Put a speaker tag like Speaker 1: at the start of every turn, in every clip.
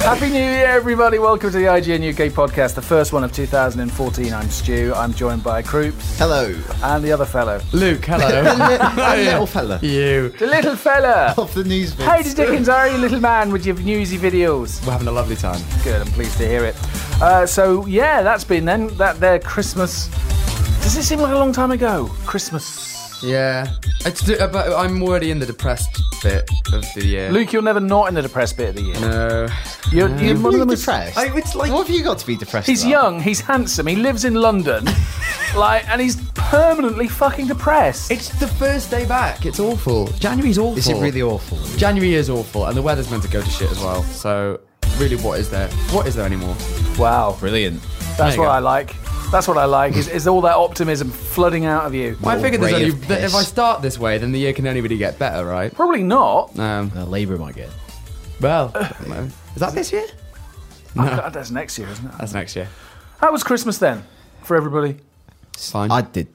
Speaker 1: Happy New Year, everybody! Welcome to the IGN UK podcast, the first one of 2014. I'm Stu. I'm joined by Croops
Speaker 2: Hello.
Speaker 1: and the other fellow,
Speaker 3: Luke,
Speaker 2: The
Speaker 3: hello.
Speaker 2: li- the little fella
Speaker 3: you.
Speaker 1: the little fella.
Speaker 2: of the news bits.
Speaker 1: How the Dickens are you, little man, with your newsy videos?
Speaker 3: We're having a lovely time.
Speaker 1: Good. I'm pleased to hear it. Uh, so yeah, that's been then. That there Christmas. Does it seem like a long time ago? Christmas.
Speaker 3: Yeah. It's, d- uh, but I'm already in the depressed bit of the year.
Speaker 1: Luke, you're never not in the depressed bit of the year.
Speaker 3: No.
Speaker 1: You're, you're one of the
Speaker 2: Really
Speaker 1: most-
Speaker 2: depressed.
Speaker 3: I- it's like-
Speaker 2: what have you got to be depressed?
Speaker 1: He's
Speaker 2: about?
Speaker 1: young. He's handsome. He lives in London. like, and he's permanently fucking depressed.
Speaker 3: It's the first day back. It's awful. January's awful.
Speaker 2: Is it really awful?
Speaker 3: January is awful, and the weather's meant to go to shit as well. So, really, what is there? What is there anymore?
Speaker 1: wow.
Speaker 2: Brilliant.
Speaker 1: That's
Speaker 3: There you
Speaker 1: what
Speaker 3: go.
Speaker 1: I like. That's what I like is, is all that optimism flooding out of you.
Speaker 3: Well, I figured there's
Speaker 2: ray
Speaker 3: only,
Speaker 2: of
Speaker 3: that if I
Speaker 2: piss.
Speaker 3: start this way, then the year can only really get better, right?
Speaker 1: Probably not.
Speaker 3: Um,
Speaker 2: Uh, Labour might get.
Speaker 3: well, I don't know. is that this year?
Speaker 1: God, that's next year, isn't it?
Speaker 3: That's next year.
Speaker 1: How was Christmas then for everybody?
Speaker 3: It's fine.
Speaker 2: I did.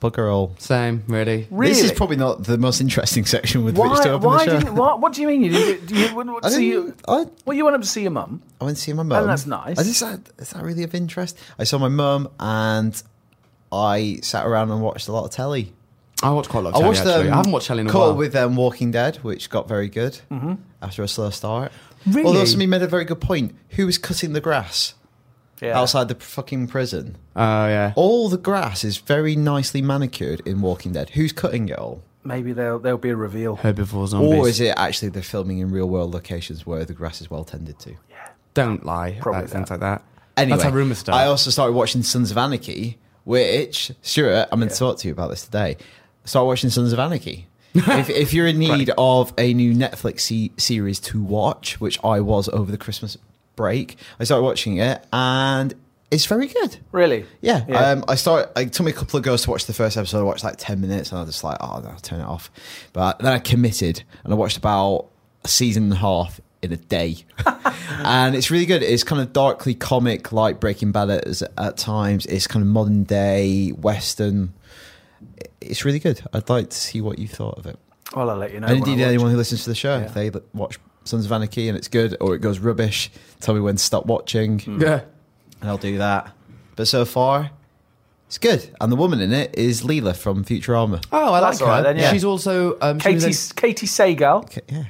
Speaker 2: Bugger all.
Speaker 3: Same, really.
Speaker 1: Really?
Speaker 2: This is probably not the most interesting section with which
Speaker 1: why?
Speaker 2: to open
Speaker 1: Why
Speaker 2: the show.
Speaker 1: didn't? What, what do you mean? You didn't? do You, what, what,
Speaker 2: I,
Speaker 1: so
Speaker 2: didn't,
Speaker 1: you,
Speaker 2: I,
Speaker 1: well, you went up to see your mum.
Speaker 2: I went to see my mum.
Speaker 1: that's nice.
Speaker 2: I just, said, is that really of interest? I saw my mum and I sat around and watched a lot of telly.
Speaker 3: I watched quite a lot of
Speaker 2: I
Speaker 3: telly,
Speaker 2: watched
Speaker 3: actually.
Speaker 2: um,
Speaker 3: I haven't watched Helen in a
Speaker 2: Call
Speaker 3: while. Mm-hmm.
Speaker 2: with um, Walking Dead, which got very good after a slow start.
Speaker 3: Really?
Speaker 2: Although somebody made a very good point. Who was cutting the grass
Speaker 1: Yeah.
Speaker 2: outside the fucking prison?
Speaker 3: Oh, yeah.
Speaker 2: All the grass is very nicely manicured in Walking Dead. Who's cutting it all?
Speaker 1: Maybe there'll there'll be a reveal.
Speaker 3: Herbivore zombies.
Speaker 2: Or is it actually they're filming in real world locations where the grass is well tended to?
Speaker 3: Don't lie.
Speaker 1: Probably
Speaker 3: like, things
Speaker 1: that.
Speaker 3: like that.
Speaker 2: Anyway,
Speaker 3: That's how rumours start.
Speaker 2: I also started watching Sons of Anarchy, which Stuart, I'm going to talk to you about this today. Start watching Sons of Anarchy. if, if you're in need of a new Netflix se- series to watch, which I was over the Christmas break, I started watching it and it's very good.
Speaker 1: Really?
Speaker 2: Yeah,
Speaker 1: Yeah.
Speaker 2: Um, I started. It took me a couple of goes to watch the first episode. I watched like ten minutes, and I was just like, "Oh, no, I'll turn it off." But then I committed, and I watched about a season and a half in a day, and it's really good. It's kind of darkly comic, like Breaking Bad at, at times. It's kind of modern day western. It's really good. I'd like to see what you thought of it,
Speaker 1: Well, I'll let you know.
Speaker 2: and
Speaker 1: when Uh, I
Speaker 2: indeed
Speaker 1: watch
Speaker 2: anyone
Speaker 1: it.
Speaker 2: who listens to the show, if they watch Sons of Anarchy and it's good or it goes rubbish, tell me when to stop watching
Speaker 3: Yeah.
Speaker 2: and I'll do that. But so far, it's good. And the woman in it is Leela from Futurama.
Speaker 3: Oh, I
Speaker 1: That's
Speaker 3: like her.
Speaker 1: all right then, yeah.
Speaker 3: She's also um, she was
Speaker 1: Katie
Speaker 3: in
Speaker 1: Katie Sagal.
Speaker 2: Okay, yeah.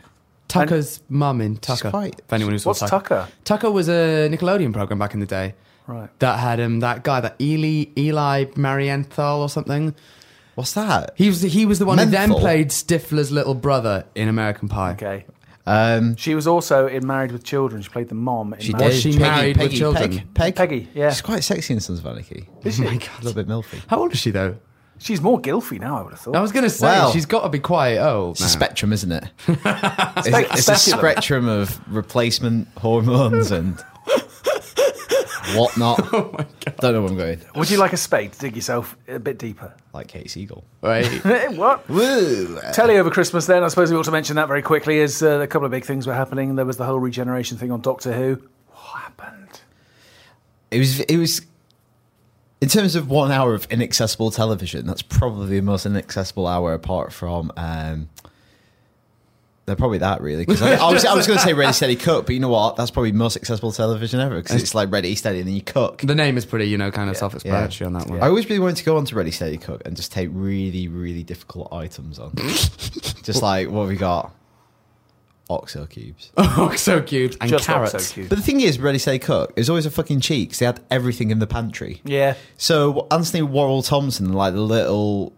Speaker 3: Tucker's mum in Tucker.
Speaker 2: quite-
Speaker 3: if anyone who saw
Speaker 1: What's Tucker?
Speaker 3: Tucker was a Nickelodeon program back in the day
Speaker 1: Right.
Speaker 3: that had um that guy that Eli Eli Marienthal or something.
Speaker 2: What's that?
Speaker 3: He was he was the one who then
Speaker 2: Menthol?
Speaker 3: played Stifler's little brother in American Pie.
Speaker 1: Okay.
Speaker 2: Um,
Speaker 1: She was also in Married with Children. She played the mom. In
Speaker 2: she
Speaker 1: Married-
Speaker 2: did.
Speaker 3: she
Speaker 2: Peggy,
Speaker 3: married with
Speaker 2: Peggy,
Speaker 3: children?
Speaker 2: Peg, Peg.
Speaker 1: Peggy, yeah.
Speaker 2: She's quite sexy in Sons of Anarchy.
Speaker 1: Is she?
Speaker 3: Oh my
Speaker 2: A
Speaker 3: god.
Speaker 2: little bit milfy.
Speaker 3: How old is she though?
Speaker 1: She's more Gilfy now. I would have thought.
Speaker 3: I was gonna say
Speaker 2: Well-
Speaker 3: she's got to be quite old.
Speaker 2: It's a
Speaker 3: now.
Speaker 2: spectrum, isn't it? it's a, it's a
Speaker 1: Speculum.
Speaker 2: spectrum of replacement hormones and whatnot. Oh my God. Don't know where I'm going.
Speaker 1: Would you like a spade to dig yourself a bit deeper?
Speaker 2: Like Kate Siegel.
Speaker 3: Right.
Speaker 1: what?
Speaker 2: Woo!
Speaker 1: Telly over Christmas, then. I suppose we ought to mention that very quickly. Is uh, a couple of big things were happening. There was the whole regeneration thing on Doctor Who. What happened?
Speaker 2: It was. It was. In terms of one hour of inaccessible television, that's probably the most inaccessible hour, apart from. Um, they're probably that really because I, I was, I was going to say Ready Steady Cook, but you know what? That's probably the most accessible television ever because it's like Ready Steady and then you cook.
Speaker 3: the name is pretty, you know, kind of self-explanatory
Speaker 2: Yeah.
Speaker 3: on that one.
Speaker 2: I always really wanted to go on to Ready Steady Cook and just take really really difficult items on, just like what have we got, oxo cubes.
Speaker 3: Oh. Oxo cubes and
Speaker 1: Just not
Speaker 3: carrots.
Speaker 1: so cute.
Speaker 2: But the thing is, Ready Steady Cook is always a fucking cheat 'cause they had everything in the pantry.
Speaker 1: Yeah.
Speaker 2: So Anthony Warrell Thompson, like the little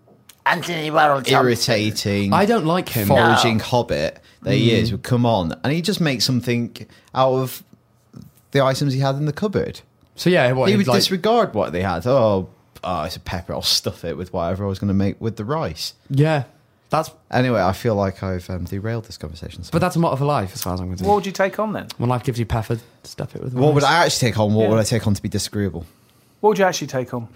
Speaker 1: Anthony Warrell
Speaker 2: irritating,
Speaker 3: I don't like him. Mm.
Speaker 2: foraging hobbit that he is, would come on and he just make something out of the items he had in the cupboard.
Speaker 3: So yeah, what
Speaker 2: he
Speaker 3: he'd
Speaker 2: would
Speaker 3: like-
Speaker 2: disregard what they had. Oh, oh, it's a pepper. I'll stuff it with whatever I was going to make with the rice.
Speaker 3: Yeah. That's
Speaker 2: Anyway, I feel like I've um, derailed this conversation. So.
Speaker 3: but that's a motto for life, as far as I'm concerned.
Speaker 1: What would you take on then?
Speaker 3: when life gives you pepper, stuff it with.
Speaker 2: what would I actually take on? What
Speaker 1: Yeah.
Speaker 2: would I take on to be disagreeable?
Speaker 1: What would you actually take on?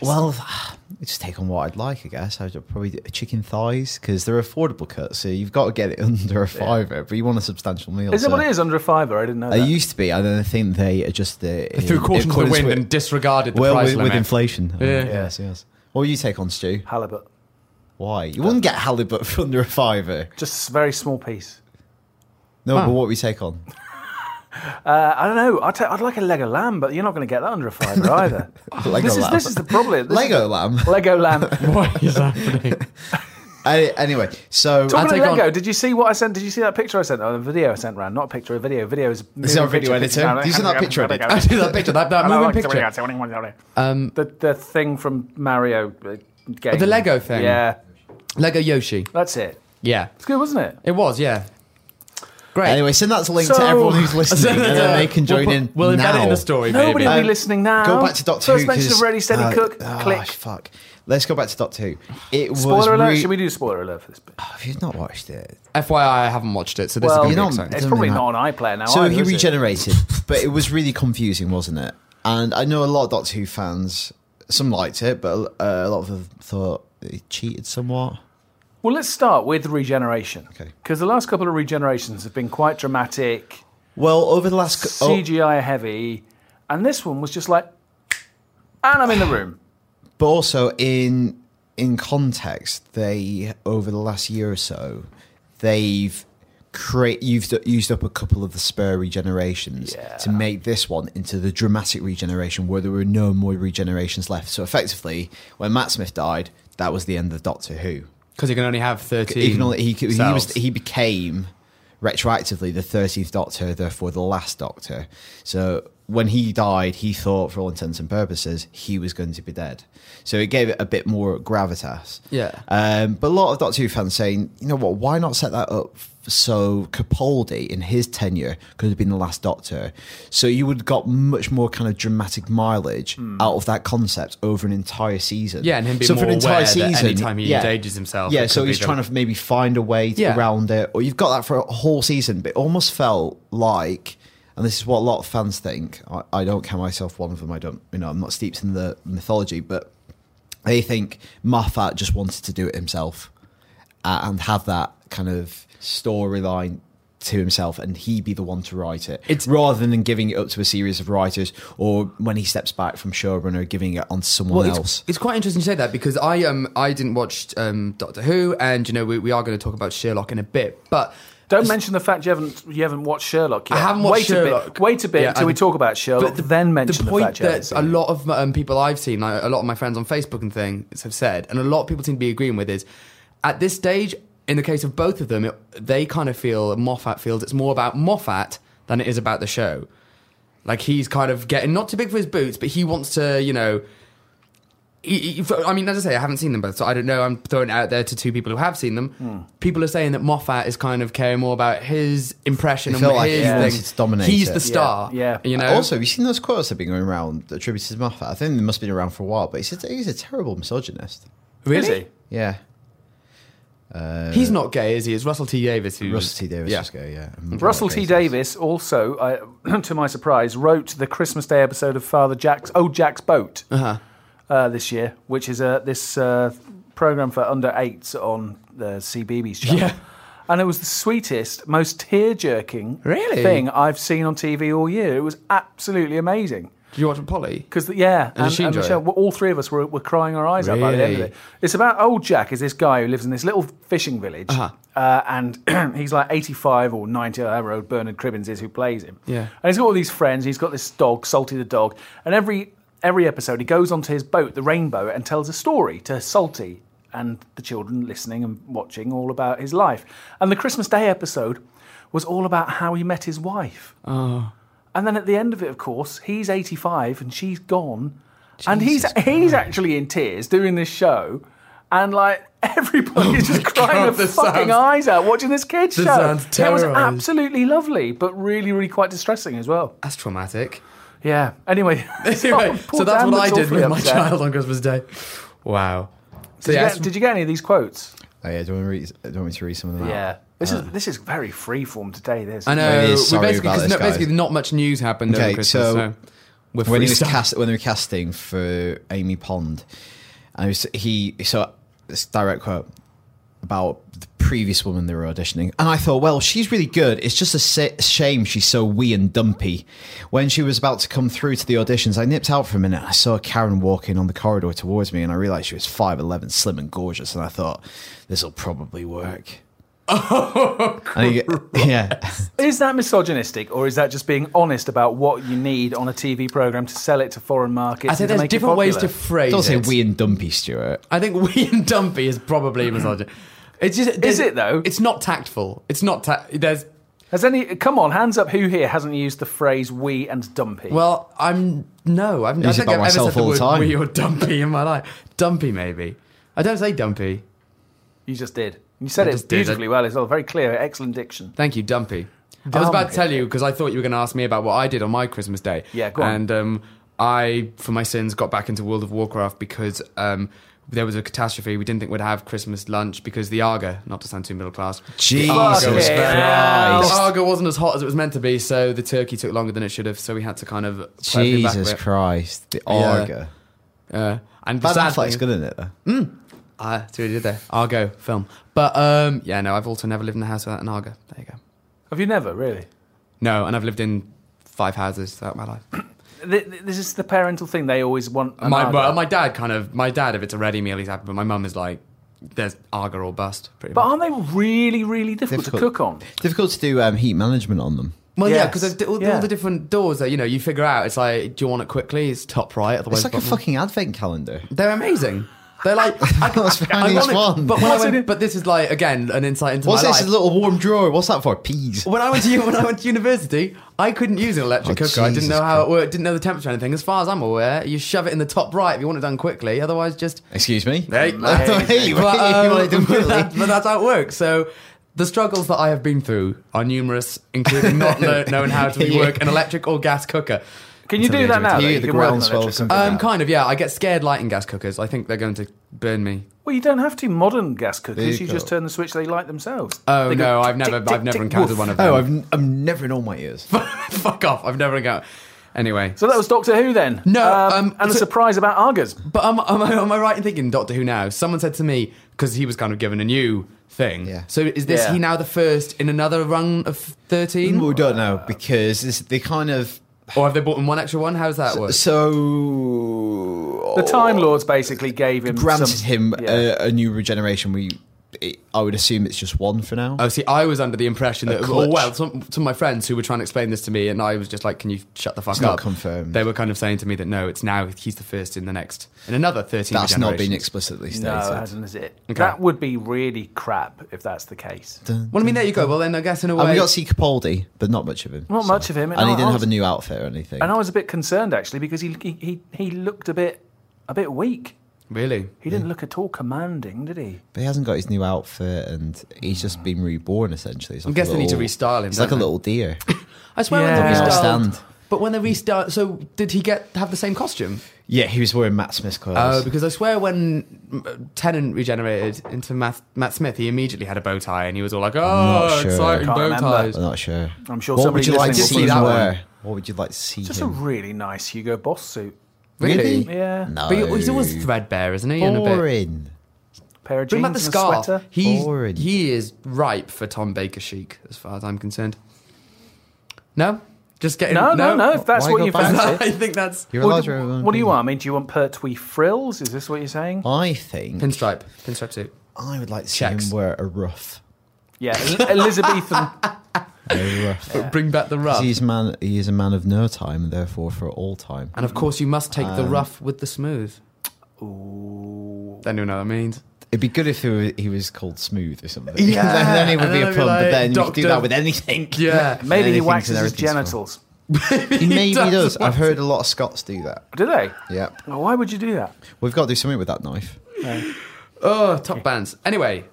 Speaker 2: Well, I just take on what I'd like, I guess. I'd probably do chicken thighs because they're affordable cuts, so you've got to get it under a fiver. But you want a substantial meal.
Speaker 1: Is it
Speaker 2: so-
Speaker 1: what it is under a fiver? I didn't know.
Speaker 2: They
Speaker 1: That.
Speaker 2: used to be, and then I think they adjusted it.
Speaker 3: Threw
Speaker 2: in
Speaker 3: caution to the
Speaker 2: accordance
Speaker 3: wind
Speaker 2: with-
Speaker 3: and disregarded the
Speaker 2: well,
Speaker 3: price
Speaker 2: with, with
Speaker 3: limit.
Speaker 2: inflation.
Speaker 3: Yeah.
Speaker 2: Yes, yes. What would you take on, Stu?
Speaker 1: Halibut,
Speaker 2: Why? You wouldn't get halibut for under a fiver.
Speaker 1: just a very small piece.
Speaker 2: No,
Speaker 3: Wow.
Speaker 2: but what would we take on?
Speaker 1: Uh, I don't know. I'd, ta- I'd like a leg of lamb, but you're not going to get that under a fiver either.
Speaker 2: Lego
Speaker 1: this is
Speaker 2: lamb.
Speaker 1: this is the problem. This is
Speaker 2: Lego lamb.
Speaker 1: the- Lego lamb.
Speaker 3: What is happening?
Speaker 2: Any- anyway, so
Speaker 3: I'll
Speaker 1: Talking
Speaker 3: take
Speaker 1: of Lego,
Speaker 3: on-
Speaker 1: did you see what I sent? Did you see that picture I sent? Oh, the video I sent round. Not a picture, a video. Video is.
Speaker 2: Is there a video editor? Did you send that picture edit?
Speaker 3: I see that picture, that, that Uh, moving picture. Um, Oh,
Speaker 1: The, the thing from Mario uh, game.
Speaker 3: the Lego thing.
Speaker 1: Yeah,
Speaker 3: Lego Yoshi.
Speaker 1: that's it.
Speaker 3: Yeah,
Speaker 1: It's good, wasn't it?
Speaker 3: it was. Yeah, great.
Speaker 2: anyway, send that link
Speaker 1: So-
Speaker 2: to everyone who's listening, and then they can join
Speaker 3: we'll, put-
Speaker 2: in.
Speaker 3: We'll
Speaker 2: now.
Speaker 3: embed it in the story.
Speaker 1: Nobody
Speaker 3: maybe.
Speaker 1: will
Speaker 2: Um,
Speaker 1: be listening now.
Speaker 2: Go back to Doctor Who.
Speaker 1: First mention
Speaker 2: 'cause-
Speaker 1: of Ready, Steady,
Speaker 2: uh,
Speaker 1: Cook.
Speaker 2: oh,
Speaker 1: Click.
Speaker 2: Fuck. Let's go back to Doctor Who. It was.
Speaker 1: Spoiler alert.
Speaker 2: re-
Speaker 1: Should we do spoiler alert for this bit?
Speaker 2: Oh, if you've not watched it,
Speaker 3: FYI, I haven't watched it, so this
Speaker 1: Well,
Speaker 3: is
Speaker 1: you
Speaker 3: going
Speaker 2: know-
Speaker 3: to be exciting.
Speaker 1: It's
Speaker 2: Doesn't
Speaker 1: probably
Speaker 2: mean
Speaker 1: not on iPlayer now.
Speaker 2: So
Speaker 1: either,
Speaker 2: he
Speaker 1: is it?
Speaker 2: regenerated, but it was really confusing, wasn't it? And I know a lot of Doctor Who fans, some liked it, but uh, a lot of them thought he cheated somewhat.
Speaker 1: Well, let's start with regeneration.
Speaker 2: Okay.
Speaker 1: Because the last couple of regenerations have been quite dramatic,
Speaker 2: Well, over the last c- oh,
Speaker 1: CGI heavy, and this one was just like, and I'm in the room.
Speaker 2: but also in in context, they over the last year or so, they've create you've d- used up a couple of the spare regenerations to make this one into the dramatic regeneration where there were no more regenerations left. So effectively, when Matt Smith died, that was the end of Doctor Who.
Speaker 3: Because you can only have 13
Speaker 2: he can only, he, could- he was
Speaker 3: cells.
Speaker 2: he became retroactively the 13th doctor therefore the last doctor so when he died he thought for all intents and purposes he was going to be dead so it gave it a bit more gravitas
Speaker 3: Yeah.
Speaker 2: um, but a lot of Doctor Who fans saying, you know what, why not set that up f- so Capaldi in his tenure could have been the last Doctor? So you would have got much more kind of dramatic mileage out of that concept over an entire season.
Speaker 3: Hmm. Yeah, and him being
Speaker 2: so for an
Speaker 3: more
Speaker 2: entire
Speaker 3: aware that
Speaker 2: season,
Speaker 3: any time he engages himself,
Speaker 2: Yeah,
Speaker 3: it
Speaker 2: so
Speaker 3: could
Speaker 2: he's
Speaker 3: be
Speaker 2: trying
Speaker 3: the-
Speaker 2: to maybe find a way to
Speaker 3: Yeah.
Speaker 2: around it, or you've got that for a whole season, but it almost felt like. And this is what a lot of fans think. I, I don't count myself one of them. I don't, you know, I'm not steeped in the mythology, but they think Moffat just wanted to do it himself uh, and have that kind of storyline to himself and he be the one to write it
Speaker 3: It's-
Speaker 2: rather than giving it up to a series of writers or when he steps back from showrunner giving it on to someone
Speaker 3: Well,
Speaker 2: else
Speaker 3: it's, it's quite interesting you say that because I um I didn't watch um Doctor Who and you know we, we are going to talk about Sherlock in a bit but
Speaker 1: Don't mention the fact you haven't you haven't watched Sherlock yet.
Speaker 3: I haven't watched
Speaker 1: wait A
Speaker 3: Sherlock.
Speaker 1: bit, wait a bit
Speaker 3: Yeah,
Speaker 1: until we
Speaker 3: and-
Speaker 1: talk about Sherlock, then mention the,
Speaker 3: point
Speaker 1: fact you haven't
Speaker 3: that
Speaker 1: seen
Speaker 3: a
Speaker 1: it.
Speaker 3: lot of um, people I've seen, like, a lot of my friends on Facebook and things have said, and a lot of people seem to be agreeing with is at this stage, in the case of both of them, it, they kind of feel Moffat feels it's more about Moffat than it is about the show. Like he's kind of getting not too big for his boots, but he wants to, you know. he- he- I mean, as I say, I haven't seen them both, so I don't know. I'm throwing it out there to two people who have seen them.
Speaker 2: Hmm.
Speaker 3: People are saying that Moffat is kind of caring more about his impression
Speaker 2: It
Speaker 3: and
Speaker 2: felt
Speaker 3: what
Speaker 2: like
Speaker 3: his
Speaker 2: he wanted
Speaker 3: thing.
Speaker 2: to dominate
Speaker 3: He's
Speaker 2: it.
Speaker 3: the star.
Speaker 1: Yeah, yeah.
Speaker 3: you know.
Speaker 2: also have you seen those quotes that have been going around attributed to Moffat I think they must have been around for a while but he's a, he's a terrible misogynist
Speaker 3: really,
Speaker 1: Is he?
Speaker 2: yeah
Speaker 3: He's not gay, is he? It's Russell T Davis who
Speaker 2: Uh, Russell T Davis
Speaker 3: Yeah.
Speaker 2: just go yeah
Speaker 3: Mm-hmm.
Speaker 2: And
Speaker 1: Russell T
Speaker 2: Davies.
Speaker 1: Davis also, I, to my surprise, wrote the Christmas Day episode of Father Jack's Old Jack's Boat
Speaker 3: Uh-huh.
Speaker 1: uh, this year, which is uh, this uh, program for under eights on the CBeebies channel.
Speaker 3: Yeah.
Speaker 1: And it was the sweetest, most tear-jerking
Speaker 3: Really?
Speaker 1: thing I've seen on TV all year. It was absolutely amazing.
Speaker 3: Did you watch Polly?
Speaker 1: Because yeah, and,
Speaker 3: she
Speaker 1: and
Speaker 3: enjoy
Speaker 1: Michelle,
Speaker 3: it?
Speaker 1: well, all three of us were, were crying our eyes out by the end of
Speaker 3: Really?
Speaker 1: it. It's about old Jack is this guy who lives in this little fishing village,
Speaker 3: Uh-huh.
Speaker 1: uh, and he's like eighty five or ninety, however old Bernard Cribbins is who plays him.
Speaker 3: Yeah.
Speaker 1: and he's got all these friends. He's got this dog, Salty the dog, and every every episode he goes onto his boat, the Rainbow, and tells a story to Salty and the children listening and watching all about his life. And the Christmas Day episode was all about how he met his wife. And then at the end of it, of course, he's 85 and she's gone. and he's he's actually in tears doing this show. And like everybody's just crying
Speaker 3: Oh God,
Speaker 1: their
Speaker 3: this
Speaker 1: fucking
Speaker 3: sounds-
Speaker 1: eyes out watching this kid show.
Speaker 3: sounds
Speaker 1: it was
Speaker 3: terrorising.
Speaker 1: absolutely lovely, but really, really quite distressing as well.
Speaker 3: That's traumatic.
Speaker 1: Yeah. Anyway,
Speaker 3: Anyway,
Speaker 1: poor
Speaker 3: so that's
Speaker 1: Dan
Speaker 3: what I
Speaker 1: looks
Speaker 3: did
Speaker 1: awfully
Speaker 3: with my
Speaker 1: upset.
Speaker 3: child on Christmas Day. Wow. So
Speaker 1: Did,
Speaker 3: yeah,
Speaker 1: you get, did you get any of these quotes?
Speaker 2: Oh yeah, do you want, me to read, do you want me to read some of them? out?
Speaker 1: Yeah. This is this is very freeform today. This
Speaker 3: I know.
Speaker 2: It is.
Speaker 3: we
Speaker 2: Sorry
Speaker 3: basically,
Speaker 2: about
Speaker 3: 'cause
Speaker 2: this,
Speaker 3: no, basically
Speaker 2: guys.
Speaker 3: not much news happened
Speaker 2: Okay,
Speaker 3: over Christmas.
Speaker 2: so
Speaker 3: So, we're
Speaker 2: when he was
Speaker 3: freestyling.
Speaker 2: cast, when they were casting for Amy Pond, and it was, he so this direct quote about the previous woman they were auditioning, and I thought, well, she's really good. It's just a sa- shame she's so wee and dumpy. When she was about to come through to the auditions, I nipped out for a minute. I saw Karen walking on the corridor towards me, and I realised she was five eleven, slim and gorgeous, and I thought this will probably work. Oh, yeah.
Speaker 1: Is that misogynistic, or is that just being honest about what you need on a TV program to sell it to foreign markets?
Speaker 3: I think
Speaker 1: and to
Speaker 3: there's
Speaker 1: make it
Speaker 3: different ways to
Speaker 1: popular?
Speaker 3: phrase
Speaker 2: Don't say
Speaker 3: it.
Speaker 2: wee and dumpy, Stuart.
Speaker 3: I think we and dumpy is probably misogyny. It's just
Speaker 1: Is it, though?
Speaker 3: It's not tactful. It's not ta- there's
Speaker 1: Has any? Come on, hands up. Who here hasn't used the phrase "we" and "dumpy"?
Speaker 3: well, I'm no, I've, I
Speaker 2: use it
Speaker 3: think
Speaker 2: about
Speaker 3: I've ever
Speaker 2: myself
Speaker 3: said the
Speaker 2: all the
Speaker 3: word
Speaker 2: time.
Speaker 3: wee or dumpy in my life. Dumpy maybe. I don't say dumpy.
Speaker 1: you just did. You said it
Speaker 3: just did. I-
Speaker 1: beautifully well as well. Very clear, excellent diction.
Speaker 3: Thank you, Dumpy. I was about
Speaker 1: Dumpy.
Speaker 3: to tell you because I thought you were going to ask me about what I did on my Christmas day.
Speaker 1: Yeah, go on.
Speaker 3: And um, I, for my sins, got back into World of Warcraft because um, there was a catastrophe. We didn't think we'd have Christmas lunch because the Arga, not to sound too middle class,
Speaker 2: Jesus
Speaker 3: Argo was very-
Speaker 1: Christ.
Speaker 3: The Arga wasn't as hot as it was meant to be, so the turkey took longer than it should have. So we had to kind of play a bit back
Speaker 2: Jesus
Speaker 3: with it.
Speaker 2: Christ, the Arga.
Speaker 3: Uh, and the
Speaker 2: Bad
Speaker 3: sad
Speaker 2: Affleck's
Speaker 3: thing-
Speaker 2: good in it though.
Speaker 3: Ah, see what you did there. Argo film, but um, yeah, no, I've also never lived in a house without an Arga. There you go.
Speaker 1: Have you never really?
Speaker 3: No, and I've lived in five houses throughout my life.
Speaker 1: Th- th- This is the parental thing they always want. an
Speaker 3: my
Speaker 1: argument.
Speaker 3: well, my dad kind of my dad if it's a ready meal he's happy, but my mum is like there's Arga or bust. Pretty
Speaker 1: but
Speaker 3: much.
Speaker 1: aren't they really, really difficult,
Speaker 2: Difficult.
Speaker 1: to cook on?
Speaker 2: Difficult to do um, heat management on them.
Speaker 3: well, yeah,
Speaker 1: Yes.
Speaker 3: because all,
Speaker 1: Yeah.
Speaker 3: all the different doors that you know you figure out. It's like do you want it quickly? It's top right.
Speaker 2: It's
Speaker 3: Otherwise,
Speaker 2: like a
Speaker 3: bottom-
Speaker 2: fucking advent calendar.
Speaker 3: They're amazing. They're like I,
Speaker 2: That's
Speaker 3: I, I
Speaker 2: funny,
Speaker 3: want
Speaker 2: it's
Speaker 3: it,
Speaker 2: one.
Speaker 3: but when I
Speaker 1: What's
Speaker 3: went,
Speaker 1: in it?
Speaker 3: but this is like again an insight into
Speaker 2: What's
Speaker 3: my
Speaker 2: this?
Speaker 3: life.
Speaker 2: A little warm drawer. What's that for? Peas.
Speaker 3: when I went to when I went to university, I couldn't use an electric
Speaker 2: Oh,
Speaker 3: cooker. I didn't
Speaker 2: Jesus
Speaker 3: know how it worked. Didn't know the temperature or anything. As far as I'm aware, you shove it in the top right if you want it done quickly. Otherwise, just
Speaker 2: Excuse me.
Speaker 3: Hey,
Speaker 2: Amazing. Hey,
Speaker 3: but,
Speaker 2: hey, you
Speaker 3: um,
Speaker 2: wanna do
Speaker 3: but
Speaker 2: Billy?
Speaker 3: that- but that's how it works. So the struggles that I have been through are numerous, including not know, knowing how to
Speaker 2: Yeah.
Speaker 3: work an electric or gas cooker.
Speaker 1: Can you
Speaker 2: Until
Speaker 1: do
Speaker 2: the
Speaker 1: that
Speaker 2: age of
Speaker 1: now?
Speaker 2: eighteen.
Speaker 1: though?
Speaker 2: Yeah,
Speaker 1: You
Speaker 2: the
Speaker 1: can work on
Speaker 2: groundswell
Speaker 1: electric
Speaker 2: of something.
Speaker 1: cooker.
Speaker 3: Um,
Speaker 2: Yeah.
Speaker 3: kind of, yeah. I get scared lighting gas cookers. I think they're going to burn me.
Speaker 1: Well, you don't have to modern gas
Speaker 2: There
Speaker 1: cookers.
Speaker 2: you
Speaker 1: You just
Speaker 2: go.
Speaker 1: turn the switch; they light themselves.
Speaker 3: Oh
Speaker 1: They go
Speaker 3: no,
Speaker 1: tick,
Speaker 3: I've never,
Speaker 1: tick,
Speaker 3: I've
Speaker 1: tick,
Speaker 3: never
Speaker 1: tick,
Speaker 3: encountered
Speaker 1: woof.
Speaker 3: one of
Speaker 2: Oh,
Speaker 3: them.
Speaker 2: I've, I'm never in all my ears.
Speaker 3: Fuck off! I've never encountered. Anyway,
Speaker 1: So that was Doctor Who then.
Speaker 3: No, um,
Speaker 1: and a
Speaker 3: so-
Speaker 1: surprise about Argus.
Speaker 3: But am, am, I, am I right in thinking Doctor Who now? Someone said to me because he was kind of given a new thing.
Speaker 2: Yeah.
Speaker 3: So is this
Speaker 1: Yeah.
Speaker 3: he now the first in another run of thirteen,
Speaker 2: we don't know because this, they kind of.
Speaker 3: or have they bought him one extra one? How's that work?
Speaker 2: So
Speaker 1: The Time Lords basically gave him
Speaker 2: Oh. granted
Speaker 1: some-
Speaker 2: him uh,
Speaker 1: Yeah.
Speaker 2: a, a new regeneration. We, it, I would assume it's just one for now.
Speaker 3: Oh, see, I was under the impression that,
Speaker 2: clutch.
Speaker 3: oh, well, some, some of my friends who were trying to explain this to me, and I was just like, can you shut the fuck
Speaker 2: not
Speaker 3: up?
Speaker 2: confirmed.
Speaker 3: They were kind of saying to me that, no, it's now, he's the first in the next, in another 13
Speaker 2: That's not been
Speaker 3: generations.
Speaker 2: explicitly stated.
Speaker 1: No, it hasn't, is it? That would be really crap if that's the case.
Speaker 3: Well, I mean, there you go. Well, then I guess in a way.
Speaker 2: And we got to see Capaldi, but not much of him.
Speaker 1: Not much of him,
Speaker 2: And
Speaker 1: and
Speaker 2: he
Speaker 1: I- I
Speaker 2: didn't have
Speaker 1: was-
Speaker 2: a new outfit or anything.
Speaker 1: And I was a bit concerned actually because he he he, he looked a bit a bit weak.
Speaker 3: really?
Speaker 1: He didn't look at all commanding, did he?
Speaker 2: But he hasn't got his new outfit, and he's just been reborn essentially. It's
Speaker 3: I
Speaker 2: like
Speaker 3: guess
Speaker 2: a
Speaker 3: they need to
Speaker 2: little-
Speaker 3: restyle him,
Speaker 2: It's like a
Speaker 3: don't they?
Speaker 2: little deer.
Speaker 3: I swear
Speaker 1: Yeah.
Speaker 3: when they
Speaker 1: Yeah.
Speaker 3: restyled.
Speaker 2: Stand.
Speaker 3: But when they restyled, so did he get have the same costume?
Speaker 2: yeah, he was wearing Matt Smith's clothes.
Speaker 3: Oh, because I swear when Tennant regenerated into Matt, Matt Smith, he immediately had a bow tie and he was all like,
Speaker 2: not
Speaker 3: oh,
Speaker 2: sure.
Speaker 3: exciting
Speaker 1: Can't
Speaker 3: bow
Speaker 1: remember.
Speaker 3: ties.
Speaker 2: I'm not sure.
Speaker 1: I'm sure
Speaker 2: What
Speaker 1: somebody
Speaker 2: would you like to
Speaker 1: listening
Speaker 2: see
Speaker 1: will find
Speaker 2: him wear? What would you like to see
Speaker 1: Just a
Speaker 2: him?
Speaker 1: really nice Hugo Boss suit.
Speaker 3: Really?
Speaker 1: Yeah.
Speaker 2: No.
Speaker 3: But he- he's always threadbare, isn't he? And a bit.
Speaker 2: boring.
Speaker 1: Pair of
Speaker 3: Bring
Speaker 1: jeans
Speaker 3: back the
Speaker 1: and a
Speaker 3: scarf.
Speaker 1: sweater.
Speaker 3: He's,
Speaker 2: Boring.
Speaker 3: he is ripe for Tom Baker chic, as far as I'm concerned. No, just getting
Speaker 1: No, no, no. If that's
Speaker 2: Why
Speaker 1: what
Speaker 2: go
Speaker 1: you
Speaker 2: back?
Speaker 1: fancy.
Speaker 3: I think that's
Speaker 2: You're
Speaker 1: Well,
Speaker 2: allowed
Speaker 1: d-
Speaker 2: your own
Speaker 1: what do you
Speaker 2: opinion.
Speaker 1: want? I mean, do you want pertwee frills? Is this what you're saying?
Speaker 2: I think
Speaker 3: pinstripe, pinstripe suit.
Speaker 2: I would like to see
Speaker 3: Checks.
Speaker 2: him wear a ruff.
Speaker 1: Yeah, El- Elizabethan.
Speaker 2: A ruff.
Speaker 3: But bring back the rough,
Speaker 2: He's man. He is a man of no time, and therefore for all time.
Speaker 3: and of course you must take
Speaker 1: Um,
Speaker 3: the rough with the smooth.
Speaker 1: Ooh.
Speaker 3: Then you know what I mean.
Speaker 2: It'd be good if he was, he was called smooth or something.
Speaker 3: Yeah,
Speaker 2: then, then it would
Speaker 3: and
Speaker 2: be a
Speaker 3: then
Speaker 2: pun.
Speaker 3: it'd be like,
Speaker 2: but then you could do
Speaker 3: Doctor-
Speaker 2: that with anything.
Speaker 3: Yeah,
Speaker 1: Maybe he
Speaker 2: Anything's
Speaker 1: waxes
Speaker 2: and
Speaker 1: his
Speaker 2: everything's fine.
Speaker 1: genitals.
Speaker 2: He maybe
Speaker 3: does.
Speaker 2: does. I've heard a lot of Scots do that.
Speaker 1: Do they?
Speaker 2: Yeah,
Speaker 1: Well, why would you do that?
Speaker 2: we've got to do something with that knife.
Speaker 3: Oh, top bands. Anyway,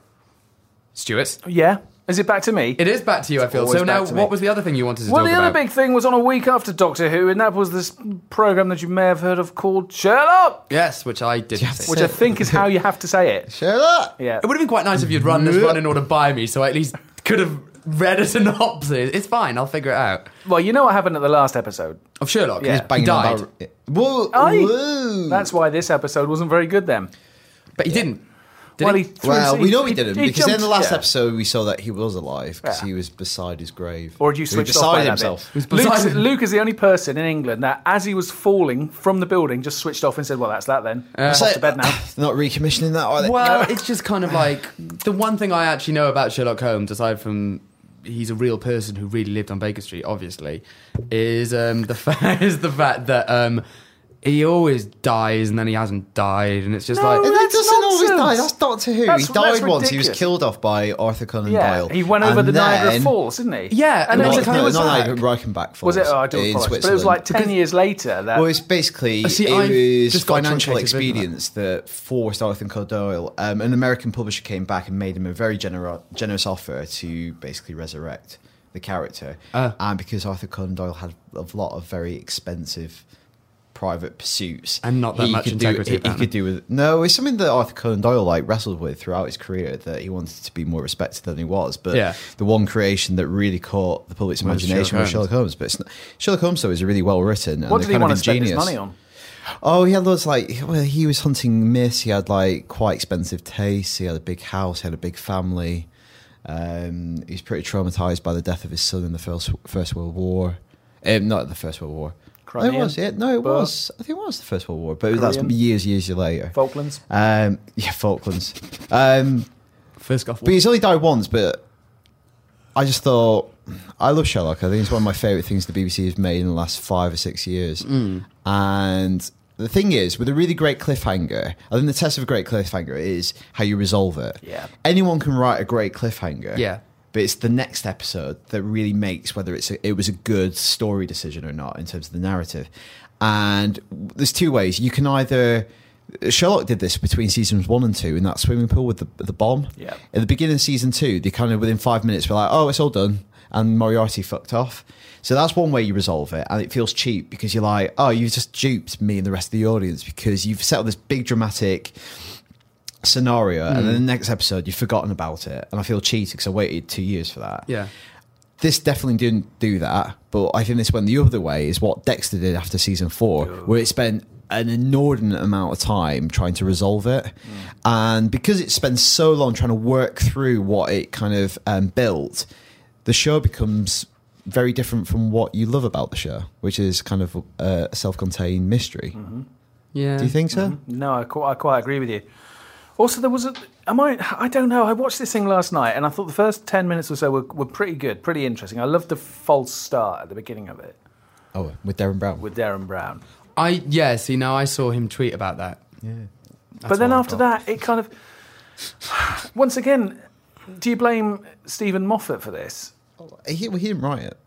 Speaker 3: Stuart,
Speaker 1: Yeah. Is it back to me?
Speaker 3: It is back to you, I feel.
Speaker 1: always
Speaker 3: So now,
Speaker 1: back to me.
Speaker 3: what was the other thing you wanted to
Speaker 1: well,
Speaker 3: talk
Speaker 1: the
Speaker 3: about?
Speaker 1: other big thing was on a week after Doctor Who, and that was this program that you may have heard of called Sherlock,
Speaker 3: yes, which I did.
Speaker 2: Yes.
Speaker 3: Which
Speaker 1: which I think is how you have to say it.
Speaker 2: Sherlock.
Speaker 1: Yeah.
Speaker 3: it would have been quite nice if you'd run this run in order by me, so I at least could have read a synopsis. It's fine. I'll figure it out.
Speaker 1: Well, you know what happened at the last episode.
Speaker 3: Of Sherlock,
Speaker 1: Yeah.
Speaker 3: he
Speaker 2: Banging on
Speaker 3: died,
Speaker 2: about- Whoa,
Speaker 1: Aye.
Speaker 2: whoa.
Speaker 1: That's why this episode wasn't very good then.
Speaker 3: but he didn't. Did
Speaker 1: well,
Speaker 3: he?
Speaker 1: he threw
Speaker 2: well,
Speaker 1: he-
Speaker 2: we know he
Speaker 1: he-
Speaker 2: didn't
Speaker 1: he
Speaker 2: because in the
Speaker 1: jumped-
Speaker 2: last
Speaker 1: yeah.
Speaker 2: episode we saw that he was alive because
Speaker 1: Yeah.
Speaker 2: he was beside his grave.
Speaker 1: Or had you
Speaker 2: He
Speaker 1: switched off by
Speaker 2: beside
Speaker 1: that
Speaker 2: himself?
Speaker 1: bit?
Speaker 3: was beside
Speaker 1: Luke's-
Speaker 3: him.
Speaker 1: Luke is the only person in England that, as he was falling from the building, just switched off and said, "Well, that's that then.
Speaker 3: Uh,
Speaker 2: It's
Speaker 1: off
Speaker 2: like-
Speaker 1: to bed now."
Speaker 2: They're not recommissioning that, are they?
Speaker 3: Well, it's just kind of like the one thing I actually know about Sherlock Holmes, aside from he's a real person who really lived on Baker Street, obviously, is um, the fact is the fact that um, he always dies and then he hasn't died, and it's just
Speaker 1: No,
Speaker 3: like
Speaker 2: And that
Speaker 1: that's
Speaker 2: doesn't always
Speaker 1: nonsense.
Speaker 2: die. That's Doctor Who.
Speaker 1: That's-
Speaker 2: he died
Speaker 1: that's
Speaker 2: once. He was
Speaker 1: ridiculous.
Speaker 2: killed off by Arthur Conan
Speaker 1: Yeah,
Speaker 2: Doyle.
Speaker 1: he went over
Speaker 2: And
Speaker 1: the Niagara
Speaker 2: then-
Speaker 1: Falls, didn't he?
Speaker 3: Yeah,
Speaker 1: and
Speaker 3: no,
Speaker 1: then
Speaker 3: it's
Speaker 1: he
Speaker 2: Not,
Speaker 3: like-
Speaker 2: no,
Speaker 1: was
Speaker 2: not
Speaker 1: back.
Speaker 2: Niagara, Reichenbach Falls.
Speaker 1: Was it? Oh, I do
Speaker 2: in
Speaker 1: apologise, but it was
Speaker 2: Switzerland.
Speaker 1: like ten years later that.
Speaker 2: Well, it's basically
Speaker 3: Uh, see,
Speaker 2: it
Speaker 3: I've
Speaker 2: was
Speaker 3: just got a
Speaker 2: financial
Speaker 3: truncated version of
Speaker 2: expedience that forced Arthur Conan Doyle. Um, an American publisher came back and made him a very gener- generous offer to basically resurrect the character.
Speaker 3: Oh.
Speaker 2: And because Arthur Conan Doyle had a lot of very expensive private pursuits
Speaker 3: And not that
Speaker 2: he
Speaker 3: much
Speaker 2: could Do,
Speaker 3: integrity,
Speaker 2: he- he,
Speaker 3: apparently.
Speaker 2: could do with no. It's something that Arthur Conan Doyle like wrestled with throughout his career that he wanted to be more respected than he was. But
Speaker 3: Yeah.
Speaker 2: the one creation that really caught the public's imagination was
Speaker 3: Sherlock
Speaker 2: Sherlock Holmes. But it's not, Sherlock Holmes though is really well written. and
Speaker 1: what did
Speaker 2: they're
Speaker 1: he
Speaker 2: kind of
Speaker 1: want to spend his
Speaker 2: ingenious.
Speaker 1: money on?
Speaker 2: Oh, he had loads like well, he was hunting myths. He had like quite expensive tastes. He had a big house. He had a big family. Um, he's pretty traumatized by the death of his son in the first First World War. Um, not the First World War. No,
Speaker 1: Crimean?
Speaker 2: it was. Yeah, no, it
Speaker 1: But-
Speaker 2: was. I think it was the First World War, but that's
Speaker 1: Korean?
Speaker 2: years, years later.
Speaker 1: Falklands.
Speaker 2: Um, yeah, Falklands. Um,
Speaker 3: first off.
Speaker 2: but he's only died once. But I just thought I love Sherlock. I think it's one of my favorite things the BBC has made in the last five or six years. And the thing is, with a really great cliffhanger, I think the test of a great cliffhanger is how you resolve it.
Speaker 1: Yeah.
Speaker 2: anyone can write a great cliffhanger.
Speaker 3: Yeah.
Speaker 2: But it's the next episode that really makes whether it's a, it was a good story decision or not in terms of the narrative. And there's two ways you can either Sherlock did this between seasons one and two in that swimming pool with the the bomb.
Speaker 1: Yeah.
Speaker 2: At the beginning of season two, they kind of within five minutes were like, "Oh, it's all done," and Moriarty fucked off. So that's one way you resolve it, and it feels cheap because you're like, "Oh, you've just duped me and the rest of the audience because you've set up this big dramatic." scenario and then the next episode you've forgotten about it and i feel cheated because i waited two years for that
Speaker 3: yeah.
Speaker 2: this definitely didn't do that but i think this went the other way is what dexter did after season four where it spent an inordinate amount of time trying to resolve
Speaker 1: Mm.
Speaker 2: it and because it spends so long trying to work through what it kind of um, built the show becomes very different from what you love about the show which is kind of uh, a self-contained mystery
Speaker 1: Mm-hmm.
Speaker 3: Yeah.
Speaker 2: do you think so
Speaker 1: No, I quite, I quite agree with you. Also, there was a. Am I? I don't know. I watched this thing last night, and I thought the first ten minutes or so were, were pretty good, pretty interesting. I loved the false start at the beginning of it
Speaker 2: oh with darren brown
Speaker 1: with Darren Brown,
Speaker 3: I yeah. See, now I saw him tweet about that. Yeah.
Speaker 1: but then after that, it kind of. Once again, do you blame Stephen Moffat for this?
Speaker 2: he, well, he didn't write it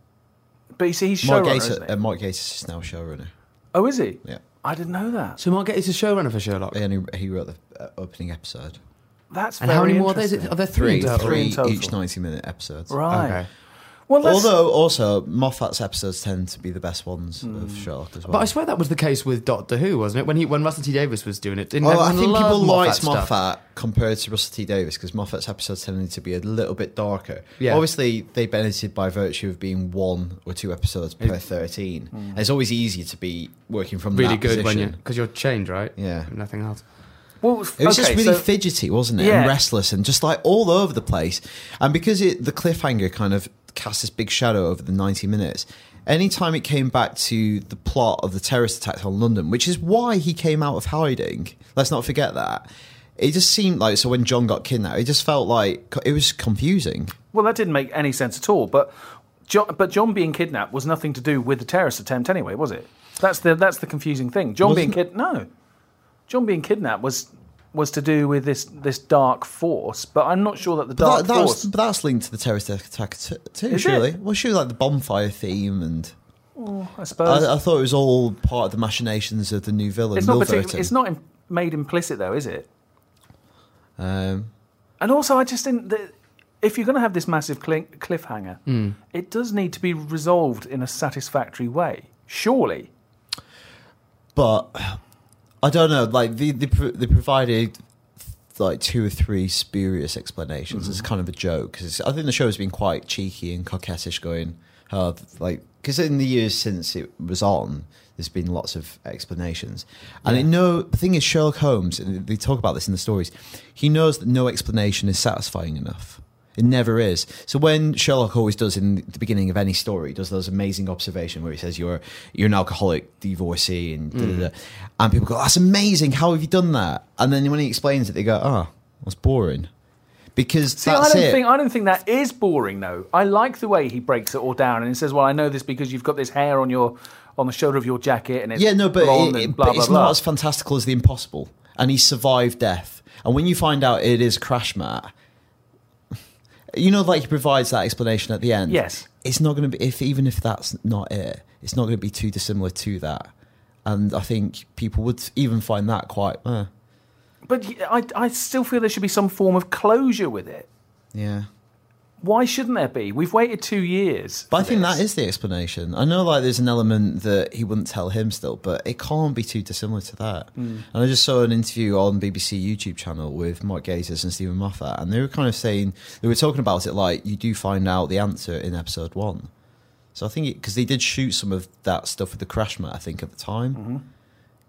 Speaker 1: But you see, he's
Speaker 2: Mark
Speaker 1: showrunner,
Speaker 2: Gates,
Speaker 1: isn't he?
Speaker 2: uh, Mark Gates is now showrunner.
Speaker 1: oh, is he?
Speaker 2: Yeah,
Speaker 1: I didn't know that.
Speaker 3: So Mark Gates is a showrunner for Sherlock.
Speaker 2: and he, he wrote the uh, opening episode.
Speaker 1: That's
Speaker 3: And how
Speaker 1: very
Speaker 3: many more are there? Is
Speaker 1: interesting.
Speaker 3: it, are there three?
Speaker 2: Three,
Speaker 3: in total?
Speaker 1: Three
Speaker 2: three
Speaker 1: in total.
Speaker 2: each ninety-minute episodes.
Speaker 1: Right.
Speaker 3: Okay.
Speaker 1: Well, that's,
Speaker 2: Although, also Moffat's episodes tend to be the best ones of Sherlock as well.
Speaker 3: Hmm. But I swear that was the case with Doctor Who, wasn't it? When he when Russell T Davis was doing it, didn't
Speaker 2: Oh, I
Speaker 3: everyone
Speaker 2: think
Speaker 3: love
Speaker 2: people liked
Speaker 3: Moffat stuff?
Speaker 2: Moffat compared to Russell T Davis because Moffat's episodes tended to be a little bit darker.
Speaker 3: Yeah.
Speaker 2: Obviously, they benefited by virtue of being one or two episodes per thirteen. And it's always easier to be working from
Speaker 3: Hmm. Really
Speaker 2: that
Speaker 3: good when you
Speaker 2: position.
Speaker 3: because you're chained, right?
Speaker 2: Yeah.
Speaker 3: nothing else.
Speaker 1: well,
Speaker 2: It was
Speaker 1: okay,
Speaker 2: just really
Speaker 1: so-
Speaker 2: fidgety, wasn't it?
Speaker 1: Yeah.
Speaker 2: And restless and just like all over the place. And because it, the cliffhanger kind of cast this big shadow over the 90 minutes, anytime it came back to the plot of the terrorist attacks on London, which is why he came out of hiding, let's not forget that. It just seemed like, so when John got kidnapped, it just felt like it was confusing.
Speaker 1: Well, that didn't make any sense at all. But John, but John being kidnapped was nothing to do with the terrorist attempt, anyway, was it? That's the that's the confusing thing. John being kid no, John being kidnapped was was to do with this this dark force. But I'm not sure that the dark
Speaker 2: But, that, that was,
Speaker 1: force.
Speaker 2: but that's linked to the terrorist attack t- too,
Speaker 1: Is
Speaker 2: surely.
Speaker 1: it?
Speaker 2: Well, surely like the bonfire theme and.
Speaker 1: I suppose
Speaker 2: I, I thought it was all part of the machinations of the new villain,
Speaker 1: Uh, it's not
Speaker 2: Milverton.
Speaker 1: particular. It's not im- made implicit though, is it?
Speaker 2: Um,
Speaker 1: And also, I just didn't. The, if you're going to have this massive cli- cliffhanger,
Speaker 2: Hmm.
Speaker 1: it does need to be resolved in a satisfactory way. Surely.
Speaker 2: but I don't know. Like they they, pro- they provided like two or three spurious explanations. It's kind of a joke 'cause I think the show has been quite cheeky and coquettish going. Uh, like because in the years since it was on, there's been lots of explanations, and it no the thing is Sherlock Holmes. And they talk about this in the stories. He knows that no explanation is satisfying enough. It never is. So when Sherlock always does in the beginning of any story, does those amazing observation where he says you're you're an alcoholic divorcee and da,
Speaker 1: Hmm.
Speaker 2: da, da. and people go, "Oh, That's amazing, how have you done that? And then when he explains it, they go, Oh, that's boring. Because
Speaker 1: See,
Speaker 2: that's
Speaker 1: I don't
Speaker 2: it.
Speaker 1: think I don't think that is boring though. I like the way he breaks it all down and he says, "Well, I know this because you've got this hair on your on the shoulder of your jacket and it's
Speaker 2: yeah, no, but,
Speaker 1: blonde
Speaker 2: it-
Speaker 1: and
Speaker 2: it-
Speaker 1: blah,
Speaker 2: but
Speaker 1: blah,
Speaker 2: it's
Speaker 1: blah.
Speaker 2: not as fantastical as the impossible. And he survived death. And when you find out it is crash mat, you know, like he provides that explanation at the end.
Speaker 1: Yes.
Speaker 2: it's not going to be if even if that's not it, it's not going to be too dissimilar to that. And I think people would even find that quite. Uh,
Speaker 1: But y- I, I still feel there should be some form of closure with it.
Speaker 2: yeah.
Speaker 1: Why shouldn't there be? We've waited two years.
Speaker 2: But I
Speaker 1: for
Speaker 2: think
Speaker 1: this.
Speaker 2: that is the explanation. I know, like, there's an element that he wouldn't tell him still, but it can't be too dissimilar to that. And I just saw an interview on BBC YouTube channel with Mark Gatiss and Stephen Moffat, and they were kind of saying they were talking about it like you do find out the answer in episode one. So I think because they did shoot some of that stuff with the crash mat, I think at the time,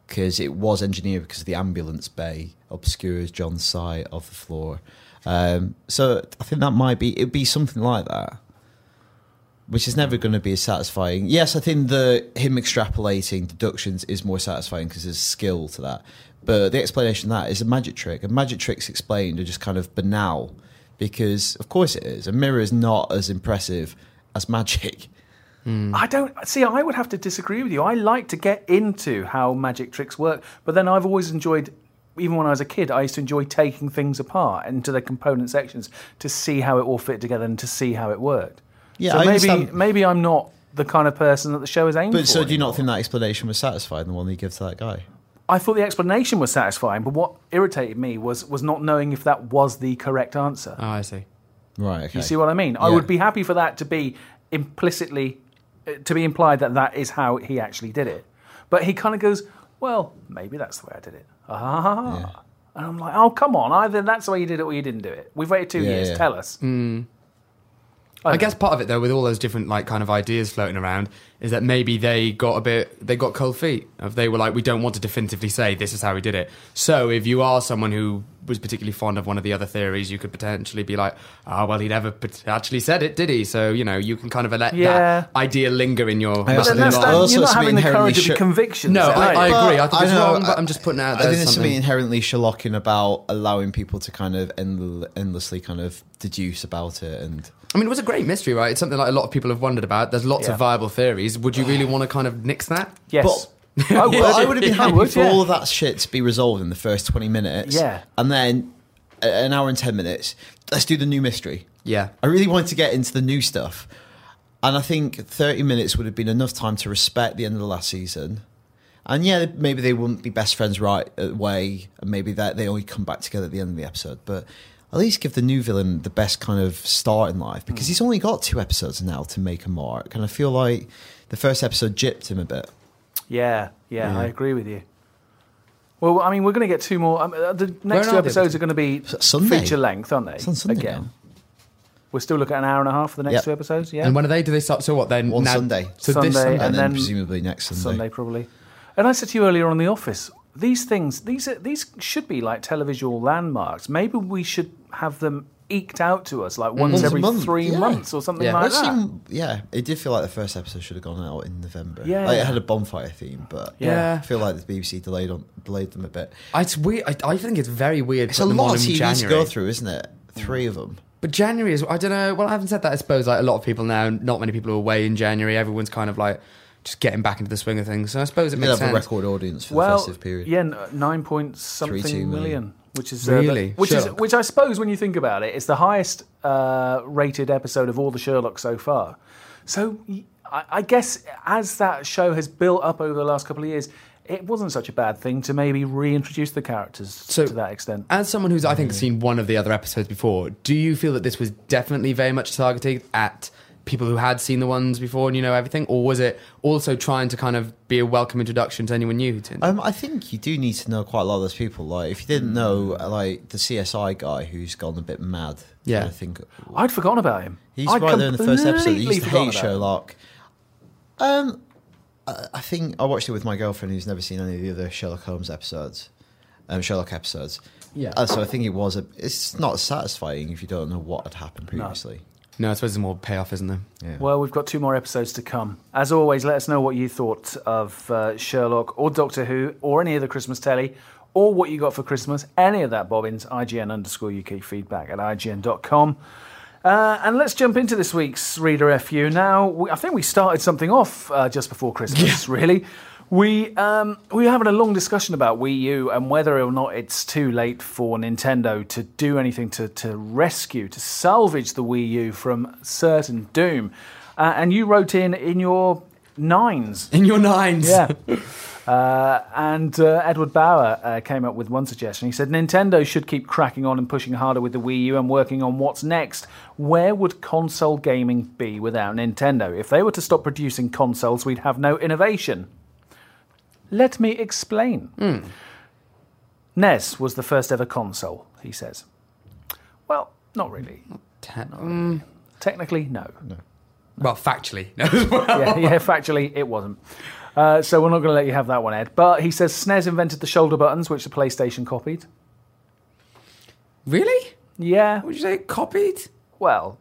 Speaker 2: because it was engineered because the ambulance bay obscures John's sight of the floor. Um, so I think that might be it'd be something like that which is never going to be as satisfying. Yes, I think the him extrapolating deductions is more satisfying because there's skill to that. But the explanation of that is a magic trick. And magic tricks explained are just kind of banal because, of course, it is. A mirror is not as impressive as magic.
Speaker 1: I don't see. I would have to disagree with you. I like to get into how magic tricks work, but then I've always enjoyed. Even when I was a kid, I used to enjoy taking things apart into their component sections to see how it all fit together and to see how it worked.
Speaker 2: Yeah,
Speaker 1: so
Speaker 2: I
Speaker 1: maybe
Speaker 2: understand.
Speaker 1: maybe I'm not the kind of person that the show is aimed for.
Speaker 2: But so, do you
Speaker 1: anymore.
Speaker 2: not think that explanation was satisfying? The one that you give to that guy.
Speaker 1: I thought the explanation was satisfying, but what irritated me was was not knowing if that was the correct answer.
Speaker 3: Oh, I see.
Speaker 2: Right. Okay.
Speaker 1: You see what I mean? I
Speaker 2: Yeah.
Speaker 1: would be happy for that to be implicitly, uh, to be implied that that is how he actually did it. But he kind of goes, well, maybe that's the way I did it. Ah.
Speaker 2: Yeah.
Speaker 1: And I'm like, oh, come on. Either that's the way you did it or you didn't do it. We've waited two
Speaker 2: Yeah, Mm.
Speaker 1: years.
Speaker 2: yeah.
Speaker 1: Tell us.
Speaker 3: I guess part of it though, with all those different like kind of ideas floating around, is that maybe they got a bit they got cold feet. If they were like, we don't want to definitively say this is how we did it. So if you are someone who was particularly fond of one of the other theories, you could potentially be like, ah, well, he never pot- actually said it, did he? So you know, you can kind of let
Speaker 1: Yeah.
Speaker 3: that idea linger in your.
Speaker 2: also
Speaker 1: But
Speaker 2: So
Speaker 1: then
Speaker 3: mind.
Speaker 2: think
Speaker 1: that's
Speaker 2: that-
Speaker 1: that,
Speaker 2: also
Speaker 1: you're not
Speaker 2: it's
Speaker 1: having
Speaker 2: been
Speaker 1: the
Speaker 2: inherently
Speaker 1: courage of your
Speaker 2: sh-
Speaker 1: convictions.
Speaker 3: No,
Speaker 1: are
Speaker 3: I
Speaker 1: you?
Speaker 3: agree.
Speaker 2: But
Speaker 3: I think it's wrong, but
Speaker 2: I-
Speaker 3: I'm just putting it out
Speaker 2: I think
Speaker 3: there as
Speaker 2: there's something
Speaker 3: something.
Speaker 2: inherently Sherlock in about allowing people to kind of end, endlessly kind of deduce about it and.
Speaker 3: I mean, it was a great mystery, right? It's something like a lot of people have wondered about. There's lots
Speaker 1: Yeah.
Speaker 3: of viable theories. Would you really want to kind of nix that?
Speaker 1: yes.
Speaker 2: But-
Speaker 1: I would.
Speaker 2: Well, I would have been happy
Speaker 1: would,
Speaker 2: for
Speaker 1: yeah.
Speaker 2: all of that shit to be resolved in the first 20 minutes.
Speaker 1: Yeah.
Speaker 2: And then a- an hour and 10 minutes, let's do the new mystery.
Speaker 3: Yeah.
Speaker 2: I really wanted to get into the new stuff. And I think 30 minutes would have been enough time to respect the end of the last season. And yeah, maybe they wouldn't be best friends right away. And maybe that they only come back together at the end of the episode. But at least give the new villain the best kind of start in life
Speaker 1: Hmm.
Speaker 2: because he's only got two episodes now to make a mark. And I feel like the first episode gypped him a bit.
Speaker 1: Yeah, yeah, I agree with you. Well, I mean, we're going to get two more. Um, uh, the
Speaker 3: Where
Speaker 1: next
Speaker 3: are
Speaker 1: two
Speaker 3: they?
Speaker 1: episodes are going to be
Speaker 2: Sunday.
Speaker 1: feature length, aren't they?
Speaker 2: It's on Sunday
Speaker 1: Again,
Speaker 2: now.
Speaker 1: we're still looking at an hour and a half for the next
Speaker 2: Yep.
Speaker 1: two episodes. Yeah,
Speaker 3: And when are they? Do they start? So what then?
Speaker 2: On
Speaker 3: Now-
Speaker 2: Sunday.
Speaker 3: So this
Speaker 1: Sunday. And
Speaker 2: And, then,
Speaker 1: then
Speaker 2: presumably next Sunday.
Speaker 1: Sunday probably. And I said to you earlier on in the office, these things, these are, these should be like televisual landmarks. Maybe we should have them eked out to us, like once
Speaker 2: Mm. Once a
Speaker 1: every
Speaker 2: month,
Speaker 1: three
Speaker 2: yeah.
Speaker 1: months or something
Speaker 3: Yeah.
Speaker 1: like
Speaker 2: That's
Speaker 1: that.
Speaker 2: even- yeah, it did feel like the first episode should have gone out in November.
Speaker 1: Yeah.
Speaker 2: Like, it had a bonfire theme, but
Speaker 1: Yeah.
Speaker 2: I feel like the BBC delayed on delayed them a bit.
Speaker 3: It's weird. I, I think it's very weird.
Speaker 2: It's a
Speaker 3: putting them on
Speaker 2: lot of
Speaker 3: in
Speaker 2: TVs to
Speaker 3: January.
Speaker 2: go through, isn't it? Three of them.
Speaker 3: But January is. I don't know. Well, I haven't said that. I suppose like a lot of people now. Not many people are away in January. Everyone's kind of like just getting back into the swing of things. So I suppose it
Speaker 2: They
Speaker 3: makes
Speaker 2: have a
Speaker 3: sense.
Speaker 2: record audience for
Speaker 1: well,
Speaker 2: the festive period.
Speaker 1: yeah, n- uh, nine point something
Speaker 2: Three, two
Speaker 1: million,
Speaker 2: million.
Speaker 1: which is uh, the-
Speaker 3: Really?
Speaker 1: which is
Speaker 3: Sherlock.
Speaker 1: which I suppose when you think about it, it's the highest uh, rated episode of all the Sherlock so far. So y- I, I guess as that show has built up over the last couple of years, it wasn't such a bad thing to maybe reintroduce the characters
Speaker 3: So-
Speaker 1: to that extent.
Speaker 3: As someone who's, I think, seen one of the other episodes before, do you feel that this was definitely very much targeted at people who had seen the ones before and you know everything, or was it also trying to kind of be a welcome introduction to anyone new? who didn't?
Speaker 1: Uh,
Speaker 2: Um, I think you do need to know quite a lot of those people. Like, if you didn't know,
Speaker 1: Hmm.
Speaker 2: uh, like the CSI guy who's gone a bit mad.
Speaker 3: Yeah.
Speaker 2: I think
Speaker 1: I'd forgotten about him.
Speaker 2: he's
Speaker 1: I'd
Speaker 2: right there in the first episode. He
Speaker 1: completely
Speaker 2: used to
Speaker 1: forgotten
Speaker 2: hate
Speaker 1: about him.
Speaker 2: Sherlock. Um, I, I think I watched it with my girlfriend who's never seen any of the other Sherlock Holmes episodes, um, Sherlock episodes.
Speaker 3: Yeah.
Speaker 2: Uh, so I think it was a. It's not satisfying if you don't know what had happened previously.
Speaker 3: no, I suppose it's more payoff, isn't there?
Speaker 2: Yeah.
Speaker 1: Well, we've got two more episodes to come. As always, let us know what you thought of uh, Sherlock or Doctor Who or any of the Christmas telly or what you got for Christmas, any of that bobbins, IGN underscore UK feedback at IGN.com. Uh, and let's jump into this week's Reader FU. Now, we, I think we started something off uh, just before Christmas, really. We, um, we were having a long discussion about Wii U and whether or not it's too late for Nintendo to do anything to, to rescue, to salvage the Wii U from certain doom. Uh, and you wrote in in your nines.
Speaker 3: In your nines.
Speaker 1: Yeah. Uh, and uh, Edward Bauer uh, came up with one suggestion. He said Nintendo should keep cracking on and pushing harder with the Wii U and working on what's next. Where would console gaming be without Nintendo? If they were to stop producing consoles, we'd have no innovation. Let me explain. NES was the first ever console, he says. Well, not really.
Speaker 3: Ten-
Speaker 1: Technically, no.
Speaker 3: Well, factually. No.
Speaker 1: yeah, yeah, factually, it wasn't. Uh, so we're not going to let you have that one, Ed. But he says SNES invented the shoulder buttons, which the PlayStation copied.
Speaker 3: really?
Speaker 1: Yeah,
Speaker 3: Would you say it copied?
Speaker 1: well,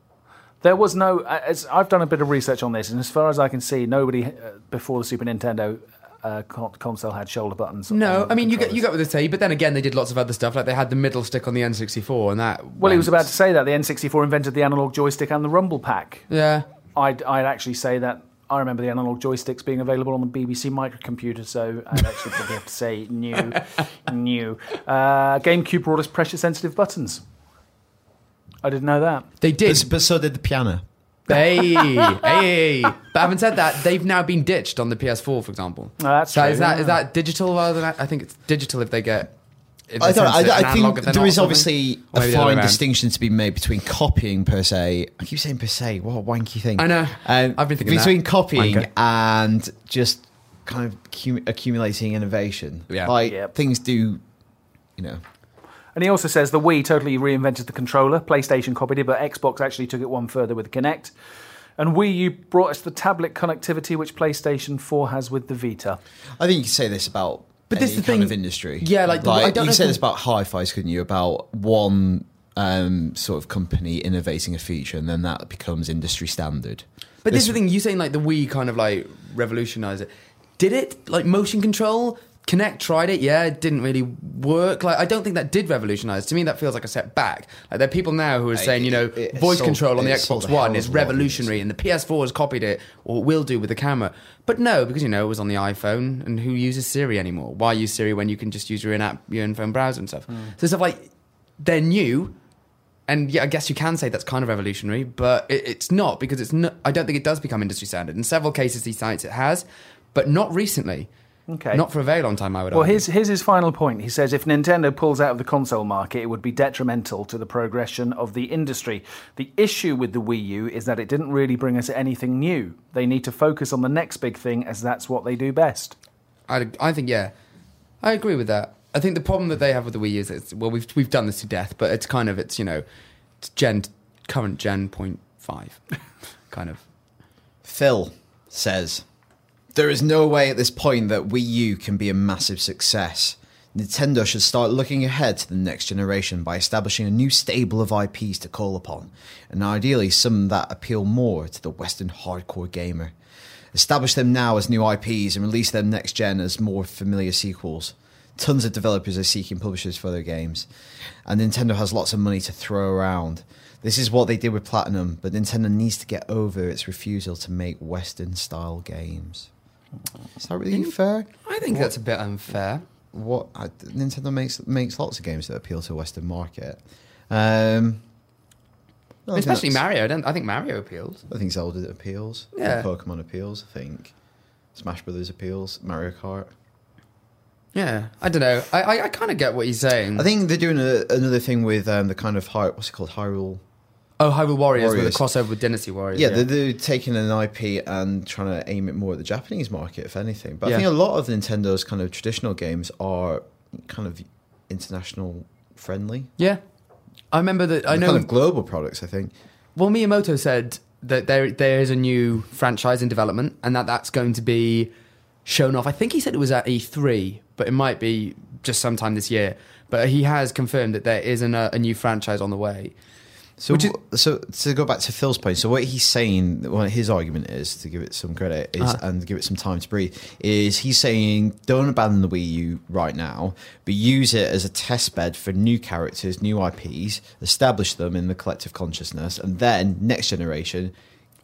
Speaker 1: there was no. uh, As I've done a bit of research on this, and as far as I can see, nobody uh, before the Super Nintendo uh, con- console had shoulder buttons.
Speaker 3: No,
Speaker 1: on
Speaker 3: I mean you get
Speaker 1: controllers.
Speaker 3: you got with the T, but then again they did lots of other stuff. Like they had the middle stick on the N64, and that.
Speaker 1: Well, he was about to say that the N64 invented the analog joystick and the rumble pack.
Speaker 3: Yeah.
Speaker 1: I'd, I'd actually say that I remember the analog joysticks being available on the BBC microcomputer, so I'd actually probably have to say new, new. Uh, GameCube brought us pressure-sensitive buttons. I didn't know that.
Speaker 3: They did.
Speaker 2: But, but so did the piano.
Speaker 3: Hey, hey! But having said that, they've now been ditched on the PS4, for example.
Speaker 1: Oh, that's
Speaker 3: so
Speaker 1: true,
Speaker 3: is that is
Speaker 1: yeah.
Speaker 3: that digital rather than I think it's digital if they get. If
Speaker 2: I
Speaker 3: they
Speaker 2: don't. know.
Speaker 3: sense it,
Speaker 2: I,
Speaker 3: and
Speaker 2: I
Speaker 3: analog
Speaker 2: think
Speaker 3: if they're
Speaker 2: there
Speaker 3: not
Speaker 2: is
Speaker 3: or something.
Speaker 2: obviousing
Speaker 3: Or
Speaker 2: a
Speaker 3: maybe the other way
Speaker 2: fine
Speaker 3: around.
Speaker 2: distinction to be made between copying per se. I keep saying per se. What a wanky thing.
Speaker 3: I know.
Speaker 2: Um,
Speaker 3: I've been thinking that.
Speaker 2: between copying
Speaker 3: Wanker.
Speaker 2: and just kind of cum- accumulating innovation.
Speaker 3: Yeah.
Speaker 2: Like
Speaker 1: Yep.
Speaker 2: things do. You know.
Speaker 1: And he also says the Wii totally reinvented the controller. PlayStation copied it, but Xbox actually took it one further with Kinect. And Wii U brought us the tablet connectivity which PlayStation 4 has with the Vita.
Speaker 2: I think you could say this about.
Speaker 3: But this
Speaker 2: any
Speaker 3: is the
Speaker 2: kind
Speaker 3: thing-
Speaker 2: of industry.
Speaker 3: Yeah, like, the- I
Speaker 2: you
Speaker 3: don't know
Speaker 2: could
Speaker 3: if
Speaker 2: say
Speaker 3: the-
Speaker 2: this about hi-fi's, couldn't you? About one um, sort of company innovating a feature, and then that becomes industry standard.
Speaker 3: But this is the thing you saying like the Wii kind of like revolutionised it. Did it like motion control? Connect tried it, yeah, it didn't really work. Like I don't think that did revolutionise. To me, that feels like a setback. Like there are people now who are saying, you know,
Speaker 2: it- it
Speaker 3: voice
Speaker 2: sold-
Speaker 3: control on the
Speaker 2: it sold
Speaker 3: Xbox
Speaker 2: a hell
Speaker 3: One
Speaker 2: of
Speaker 3: is
Speaker 2: a lot of things.
Speaker 3: revolutionary, and the PS4 has copied it or will do with the camera. But no, because you know it was on the iPhone, and who uses Siri anymore? Why use Siri when you can just use your in-app, your in-phone browser and stuff?
Speaker 2: Hmm.
Speaker 3: So stuff like they're new, and yeah, I guess you can say that's kind of revolutionary, but it, it's not because it's not. I don't think it does become industry standard. In several cases, he cites it has, but not recently.
Speaker 1: Okay.
Speaker 3: Not for a very long time, I would.
Speaker 1: Well,
Speaker 3: argue.
Speaker 1: here's, here's his final point. He says if Nintendo pulls out of the console market, it would be detrimental to the progression of the industry. The issue with the Wii U is that it didn't really bring us anything new. They need to focus on the next big thing, as that's what they do best.
Speaker 3: I, I think yeah, I agree with that. I think the problem that they have with the Wii U is it's, well, we've we've done this to death, but it's kind of it's you know, it's gen current gen point five, kind of.
Speaker 2: Phil says, There is no way at this point that Wii U can be a massive success. Nintendo should start looking ahead to the next generation by establishing a new stable of IPs to call upon, and ideally some that appeal more to the Western hardcore gamer. Establish them now as new IPs and release them next gen as more familiar sequels. Tons of developers are seeking publishers for their games, and Nintendo has lots of money to throw around. This is what they did with Platinum, but Nintendo needs to get over its refusal to make Western style games. Is that really fair?
Speaker 3: I think that's a bit unfair.
Speaker 2: What I, Nintendo makes makes lots of games that appeal to the Western market, um, no, I think
Speaker 3: Especially
Speaker 2: that's-
Speaker 3: Mario. I, don't, I think Mario appeals.
Speaker 2: I think Zelda appeals. I
Speaker 3: Yeah.
Speaker 2: think Pokemon appeals. I think Smash Brothers appeals. Mario Kart.
Speaker 3: Yeah, I don't know. I I, I kind of get what he's saying.
Speaker 2: I think they're doing a, another thing with um, the kind of Hy- what's it called Hyrule.
Speaker 3: oh, Hyrule Warriors, with
Speaker 2: Warriors.
Speaker 3: a crossover with Dynasty Warriors.
Speaker 2: Yeah, They're, they're taking an IP and trying to aim it more at the Japanese market, if anything. But
Speaker 3: Yeah.
Speaker 2: I think a lot of Nintendo's kind of traditional games are kind of international friendly.
Speaker 3: Yeah. I remember that. I
Speaker 2: They're
Speaker 3: know.
Speaker 2: kind of global products. I think.
Speaker 3: Well, Miyamoto said that there there is a new franchise in development, and that that's going to be shown off. I think he said it was at E3, but it might be just sometime this year. But he has confirmed that there is an, uh, a new franchise on the way.
Speaker 2: So,
Speaker 3: Which is-
Speaker 2: wh- so to go back to Phil's point, so what he's saying, well, his argument is to give it some credit is,
Speaker 3: Uh-huh.
Speaker 2: and give it some time to breathe. Is he's saying don't abandon the Wii U right now, but use it as a test bed for new characters, new IPs, establish them in the collective consciousness, and then next generation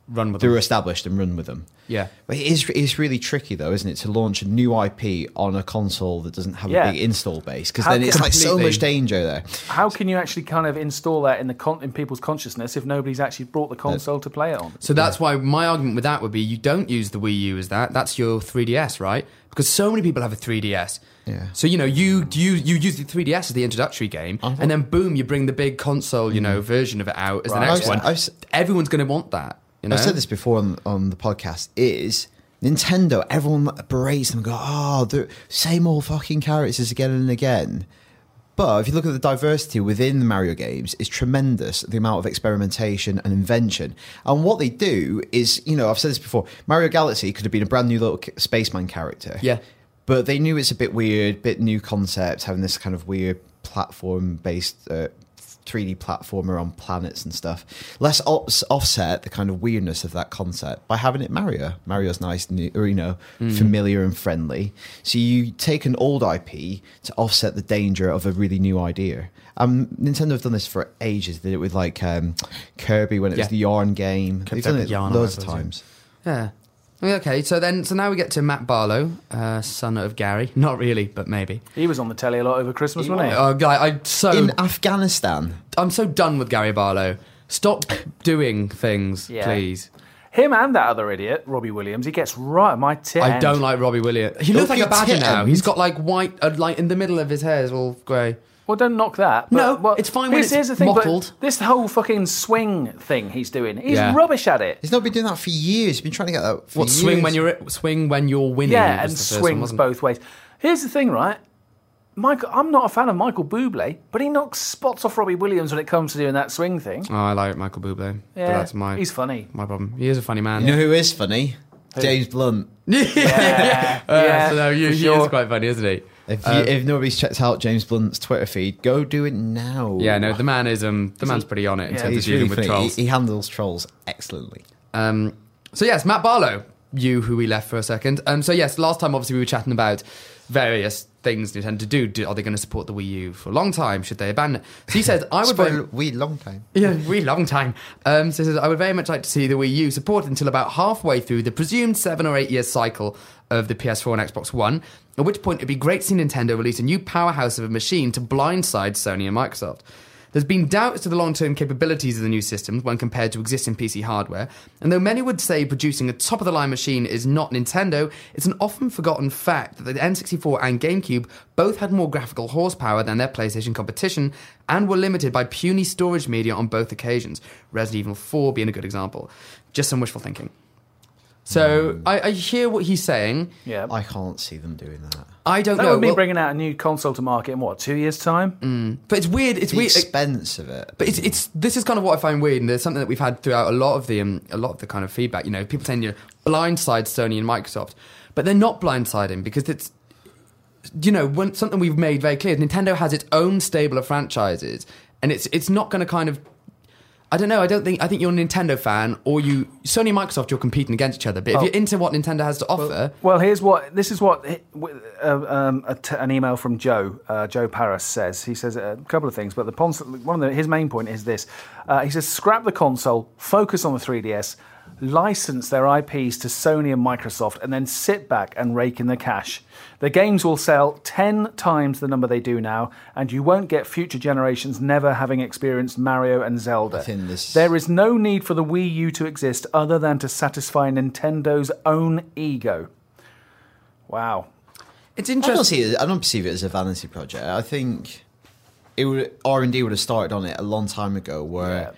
Speaker 3: Run with
Speaker 2: they're
Speaker 3: it.
Speaker 2: established and run with them.
Speaker 3: Yeah.
Speaker 2: But it is it's really tricky though, isn't it, to launch a new IP on a console that doesn't have
Speaker 1: Yeah.
Speaker 2: a big install base because
Speaker 1: How
Speaker 2: then it's like so
Speaker 3: completely-
Speaker 2: much danger there.
Speaker 1: How can you actually kind of install that in the con- in people's consciousness if nobody's actually brought the console to play it on?
Speaker 3: So that's why my argument with that would be you don't use the Wii U as that. That's your 3DS, right? Because so many people have a 3DS.
Speaker 2: Yeah.
Speaker 3: So you know you you you use the 3DS as the introductory game,
Speaker 2: Uh-huh.
Speaker 3: and then boom, you bring the big console, you know, version of it out as
Speaker 1: Right.
Speaker 3: the next
Speaker 2: Mm. I've-
Speaker 3: one.
Speaker 2: I've s-
Speaker 3: Everyone's going to want that. You know?
Speaker 2: I've said this before on, on the podcast is Nintendo, everyone berates them, go, oh, the same old fucking characters again and again. But if you look at the diversity within the Mario games, it's tremendous the amount of experimentation and invention. And what they do is, you know, I've said this before Mario Galaxy could have been a brand new little ca- spaceman character.
Speaker 3: Yeah.
Speaker 2: But they knew it's a bit weird, bit new concept, having this kind of weird platform based. Uh, 3D platformer on planets and stuff. Let's ops- offset the kind of weirdness of that concept by having it Mario. Mario's nice, new, or, you know,
Speaker 3: Hmm.
Speaker 2: familiar and friendly. So you take an old IP to offset the danger of a really new idea. Um, Nintendo have done this for ages. They did it with like um, Kirby when it
Speaker 3: Yeah.
Speaker 2: was the Yarn game. They've done
Speaker 3: Kirby
Speaker 2: it
Speaker 3: Yarn or
Speaker 2: loads of
Speaker 3: whatever it was,
Speaker 2: times.
Speaker 3: Yeah. Okay, so then, so now we get to Matt Barlow, uh, son of Gary. Not really, but maybe.
Speaker 1: He was on the telly a lot over Christmas, wasn't he?
Speaker 3: Oh, guy, I'm so
Speaker 2: In Afghanistan,
Speaker 3: I'm so done with Gary Barlow. Stop doing things,
Speaker 1: Yeah.
Speaker 3: please.
Speaker 1: Him and that other idiot, Robbie Williams, he gets right on my tit.
Speaker 3: I
Speaker 1: end.
Speaker 3: don't like Robbie Williams. He looks
Speaker 2: Look
Speaker 3: like a
Speaker 2: at
Speaker 3: badger
Speaker 2: him.
Speaker 3: now. He's got like white, uh, like in the middle of his hair is all grey.
Speaker 1: Well, don't knock that. but-
Speaker 3: No,
Speaker 1: well,
Speaker 3: it's fine when
Speaker 1: here's-
Speaker 3: it's
Speaker 1: here's the thing, but
Speaker 3: mottled.
Speaker 1: This whole fucking swing thing he's doing, he's
Speaker 3: Yeah.
Speaker 1: rubbish at it.
Speaker 2: he's not been doing that for years. He's been trying to get that. For
Speaker 3: What
Speaker 2: years.
Speaker 3: swing when you're swing when you're winning?
Speaker 1: Yeah,
Speaker 3: was
Speaker 1: and
Speaker 3: the first one,
Speaker 1: swings
Speaker 3: wasn't it?
Speaker 1: both ways. Here's the thing, right? Michael, I'm not a fan of Michael Bublé, but he knocks spots off Robbie Williams when it comes to doing that swing thing.
Speaker 3: Oh, I like Michael Bublé.
Speaker 1: Yeah,
Speaker 3: but that's my
Speaker 1: he's funny.
Speaker 3: my problem. He is a funny man.
Speaker 2: You know who is funny? James Blunt.
Speaker 1: Yeah,
Speaker 3: Uh,
Speaker 1: yeah,
Speaker 3: so no, he,
Speaker 1: for
Speaker 3: he
Speaker 1: sure.
Speaker 3: is quite funny, isn't he?
Speaker 2: If, you,
Speaker 3: Uh,
Speaker 2: if nobody's checked out James Blunt's Twitter feed, go do it now.
Speaker 3: Yeah, no, the man is um, the man's pretty on it in
Speaker 1: Yeah.
Speaker 3: terms of
Speaker 2: he's
Speaker 3: dealing
Speaker 2: really
Speaker 3: with
Speaker 2: funny.
Speaker 3: trolls.
Speaker 2: He, he handles trolls excellently.
Speaker 3: Um, so yes, Matt Barlow, you who we left for a second. Um, so yes, last time obviously we were chatting about various things Nintendo do. do are they going to support the Wii U for a long time? Should they abandon it? So he said, I
Speaker 2: I
Speaker 3: would
Speaker 2: would
Speaker 3: very,
Speaker 2: we long time.
Speaker 3: yeah, really long time. Um, so he says, I would very much like to see the Wii U supported until about halfway through the presumed seven or eight year cycle of the PS4 and Xbox One. At which point, it'd be great to see Nintendo release a new powerhouse of a machine to blindside Sony and Microsoft. There's been doubts to the long term capabilities of the new systems when compared to existing PC hardware, and though many would say producing a top of the line machine is not Nintendo, it's an often forgotten fact that the N64 and GameCube both had more graphical horsepower than their PlayStation competition and were limited by puny storage media on both occasions, Resident Evil 4 being a good example. Just some wishful thinking. So
Speaker 1: Hmm.
Speaker 3: I, I hear what he's saying.
Speaker 1: yeah.
Speaker 2: I can't see them doing that.
Speaker 3: I don't
Speaker 1: that
Speaker 3: know,
Speaker 1: would be
Speaker 3: well,
Speaker 1: bringing out a new console to market in what two years' time?
Speaker 3: but it's weird. It's
Speaker 2: The
Speaker 3: weird.
Speaker 2: expense of it.
Speaker 3: But it's, it's this is kind of what I find weird, and there's something that we've had throughout a lot of the um, a lot of the kind of feedback. You know, people saying you know, blindside Sony and Microsoft, but they're not blindsiding because it's you know when, something we've made very clear. Nintendo has its own stable of franchises, and it's it's not going to kind of I don't know. I don't think I think you're a Nintendo fan or you Sony and Microsoft. You're competing against each other,
Speaker 2: Oh.
Speaker 3: but if you're into what Nintendo has to offer,
Speaker 1: Well, here's what this is what uh, um, a t- an email from Joe uh, Joe Paris says. He says a couple of things, but the pons- one of the, his main point is this. Uh, he says scrap the console, focus on the 3DS, license their IPs to Sony and Microsoft, and then sit back and rake in the cash. The games will sell ten times the number they do now, and you won't get future generations never having experienced Mario and Zelda.
Speaker 2: think this-
Speaker 1: There is no need for the Wii U to exist other than to satisfy Nintendo's own ego. Wow.
Speaker 3: It's
Speaker 2: I don't
Speaker 3: interesting.
Speaker 2: see it. I don't perceive it as a vanity project. I think it would R and D would have started on it a long time ago, where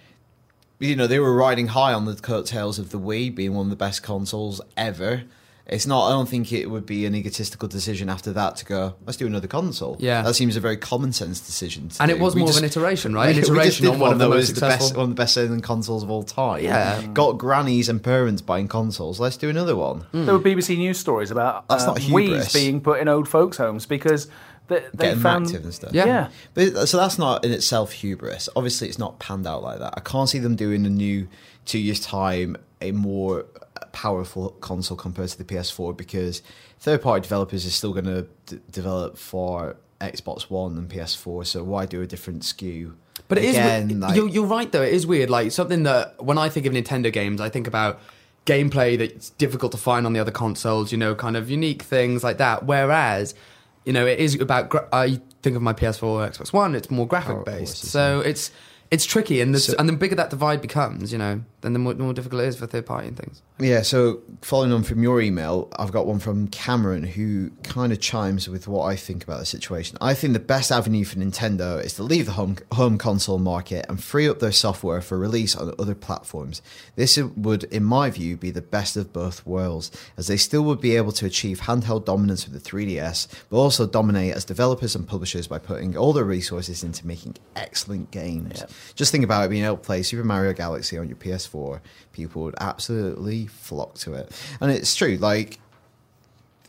Speaker 2: you know they were riding high on the coattails of the Wii being one of the best consoles ever. It's not. I don't think it would be an egotistical decision after that to go. Let's do another console.
Speaker 3: Yeah.
Speaker 2: that seems a very common sense decision. To
Speaker 3: And
Speaker 2: do.
Speaker 3: it was
Speaker 2: We
Speaker 3: more of
Speaker 2: just-
Speaker 3: an iteration, right? An
Speaker 2: we- we just
Speaker 3: iteration
Speaker 2: did
Speaker 3: on one of the
Speaker 2: that
Speaker 3: most
Speaker 2: was the best,
Speaker 3: successful.
Speaker 2: one of the best selling consoles of all time.
Speaker 3: Yeah.
Speaker 2: got grannies and parents buying consoles. Let's do another one.
Speaker 3: Mm.
Speaker 1: There were BBC News stories about
Speaker 2: Hmm. That's
Speaker 1: uh,
Speaker 2: not hubris.
Speaker 1: Wii's being put in old folks' homes because they, they
Speaker 2: Getting
Speaker 1: found
Speaker 2: active and stuff.
Speaker 3: Yeah.
Speaker 1: yeah.
Speaker 2: But uh, so that's not in itself hubris. Obviously, it's not panned out like that. I can't see them doing a new two years time a more uh, powerful console compared to the PS4 because third party developers are still going to d- develop for Xbox One and PS4. So why do a different SKU?
Speaker 3: But it is.
Speaker 2: Again,
Speaker 3: weird.
Speaker 2: like-
Speaker 3: you're, you're right, though. It is weird. Like something that when I think of Nintendo games, I think about gameplay that's difficult to find on the other consoles. You know, kind of unique things like that. Whereas, you know, it is about. Gra- I think of my PS4, or Xbox One. It's
Speaker 1: Oh,
Speaker 3: more graphic based,
Speaker 2: horses,
Speaker 3: so it's it's tricky. And the
Speaker 2: So-
Speaker 3: and the bigger that divide becomes, you know, then the more, more difficult it is for third party and things.
Speaker 2: Yeah, so following on from your email, I've got one from Cameron who kind of chimes with what I think about the situation. I think the best avenue for Nintendo is to leave the home, home console market and free up their software for release on other platforms. This would, in my view, be the best of both worlds, as they still would be able to achieve handheld dominance with the 3DS, but also dominate as developers and publishers by putting all their resources into making excellent games. Just think about it being able to play Super Mario Galaxy on your PS4. People would absolutely flock to it, and it's true. Like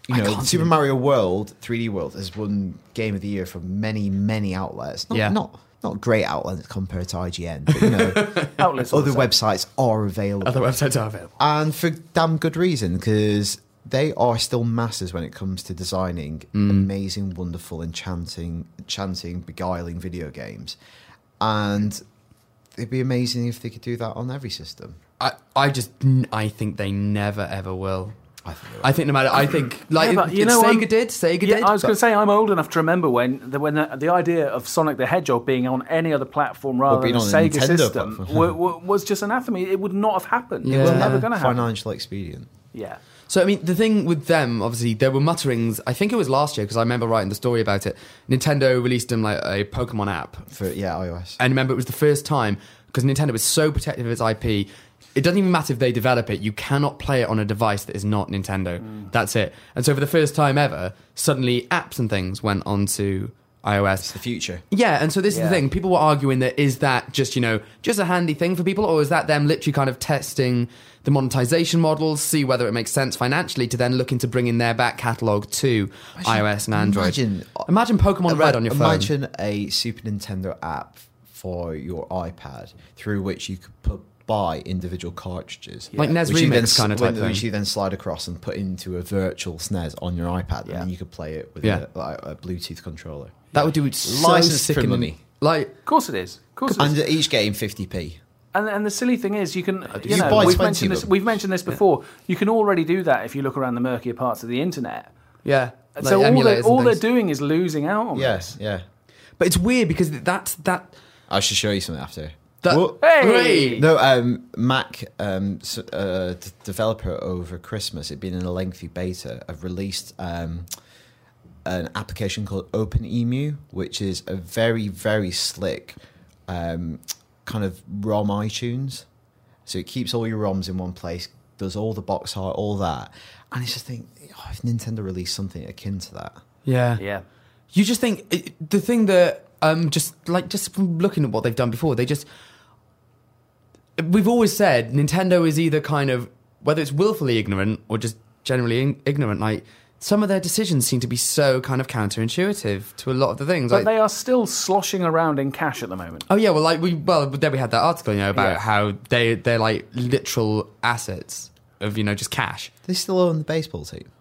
Speaker 2: you
Speaker 3: I
Speaker 2: know,
Speaker 3: can't
Speaker 2: Super
Speaker 3: even-
Speaker 2: Mario World, 3D World has won Game of the Year from many, many outlets. Not,
Speaker 3: Yeah.
Speaker 2: not not great outlets compared to IGN, but you know,
Speaker 1: outlets.
Speaker 2: other
Speaker 1: also.
Speaker 2: websites are available
Speaker 3: Other websites are available.
Speaker 2: and for damn good reason because they are still masters when it comes to designing amazing, wonderful, enchanting, enchanting, beguiling video games, and it'd be amazing if they could do that on every system.
Speaker 3: I I just n- I think they never ever will.
Speaker 2: I think. they would.
Speaker 3: I think no matter. I think like
Speaker 1: Yeah, but you
Speaker 3: it's
Speaker 1: know,
Speaker 3: Sega
Speaker 1: I'm-
Speaker 3: did. Sega
Speaker 1: Yeah,
Speaker 3: did.
Speaker 1: I was
Speaker 3: but-
Speaker 1: going to say I'm old enough to remember when the, when the, the idea of Sonic the Hedgehog being on any other platform rather
Speaker 2: being
Speaker 1: than a
Speaker 2: on a
Speaker 1: Sega
Speaker 2: Nintendo
Speaker 1: system
Speaker 2: platform.
Speaker 1: w- w- was just anathema. It would not have happened. It
Speaker 3: Yeah.
Speaker 1: was
Speaker 3: Well,
Speaker 1: never going to happen.
Speaker 2: Financial expedient.
Speaker 1: Yeah.
Speaker 3: So I mean, the thing with them, obviously, there were mutterings. I think it was last year because I remember writing the story about it. Nintendo released them like a Pokemon app,
Speaker 2: For, yeah, iOS.
Speaker 3: and remember it was the first time because Nintendo was so protective of its IP. It doesn't even matter if they develop it; you cannot play it on a device that is not Nintendo. That's it. And so, for the first time ever, suddenly apps and things went onto iOS.
Speaker 2: The future.
Speaker 3: Yeah, and so this is
Speaker 1: Yeah.
Speaker 3: the thing. People were arguing that is that just you know just a handy thing for people, or is that them literally kind of testing the monetization models, see whether it makes sense financially, to then look into bringing their back catalog to iOS and Android.
Speaker 2: imagine-
Speaker 3: Imagine Pokemon Red on your phone.
Speaker 2: Imagine a Super Nintendo app for your iPad through which you could put, buy individual cartridges.
Speaker 3: Like NES
Speaker 2: which you then
Speaker 3: Remix kind of
Speaker 2: s- when-
Speaker 3: type thing.
Speaker 2: Which you then slide across and put into a virtual SNES on your iPad, and then you could play it with
Speaker 3: Yeah.
Speaker 2: a, like, a Bluetooth controller.
Speaker 3: that would do so
Speaker 2: Licensed
Speaker 3: sick
Speaker 2: for
Speaker 3: and-
Speaker 2: money.
Speaker 3: Like
Speaker 1: Of course it is. Of course it is.
Speaker 2: And each game 50p.
Speaker 1: And, and the silly thing is, you can you,
Speaker 2: Uh, you
Speaker 1: know
Speaker 2: buy
Speaker 1: we've
Speaker 2: 20
Speaker 1: mentioned
Speaker 2: of
Speaker 1: this
Speaker 2: them?
Speaker 1: we've mentioned this before. You can already do that if you look around the murkier parts of the internet.
Speaker 3: yeah, like
Speaker 1: so all,
Speaker 3: emulators
Speaker 1: they,
Speaker 3: and
Speaker 1: all they're
Speaker 3: things.
Speaker 1: doing is losing out on
Speaker 2: Yes, yeah.
Speaker 3: but it's weird because that's that.
Speaker 2: I should show you something after.
Speaker 3: that
Speaker 2: Whoa.
Speaker 1: Hey!
Speaker 2: No, um, Mac, um, s- uh, d- developer over Christmas, it'd been in a lengthy beta, have released um, an application called OpenEMU, which is a very, very slick um, kind of ROM iTunes. So it keeps all your ROMs in one place, does all the box art, all that. And it's just think, oh, if Nintendo released something akin to that.
Speaker 3: Yeah,
Speaker 1: this. Yeah.
Speaker 3: you just think it- the thing that um just like just from looking at what they've done before they just we've always said nintendo is either kind of whether it's willfully ignorant or just generally in- ignorant like some of their decisions seem to be so kind of counterintuitive to a lot of the things
Speaker 1: But
Speaker 3: like
Speaker 1: they are still sloshing around in cash at the moment.
Speaker 3: oh yeah well like we well then we had that article you know about
Speaker 1: Yeah.
Speaker 3: how they they're like literal assets of you know just cash
Speaker 2: They still own the baseball team.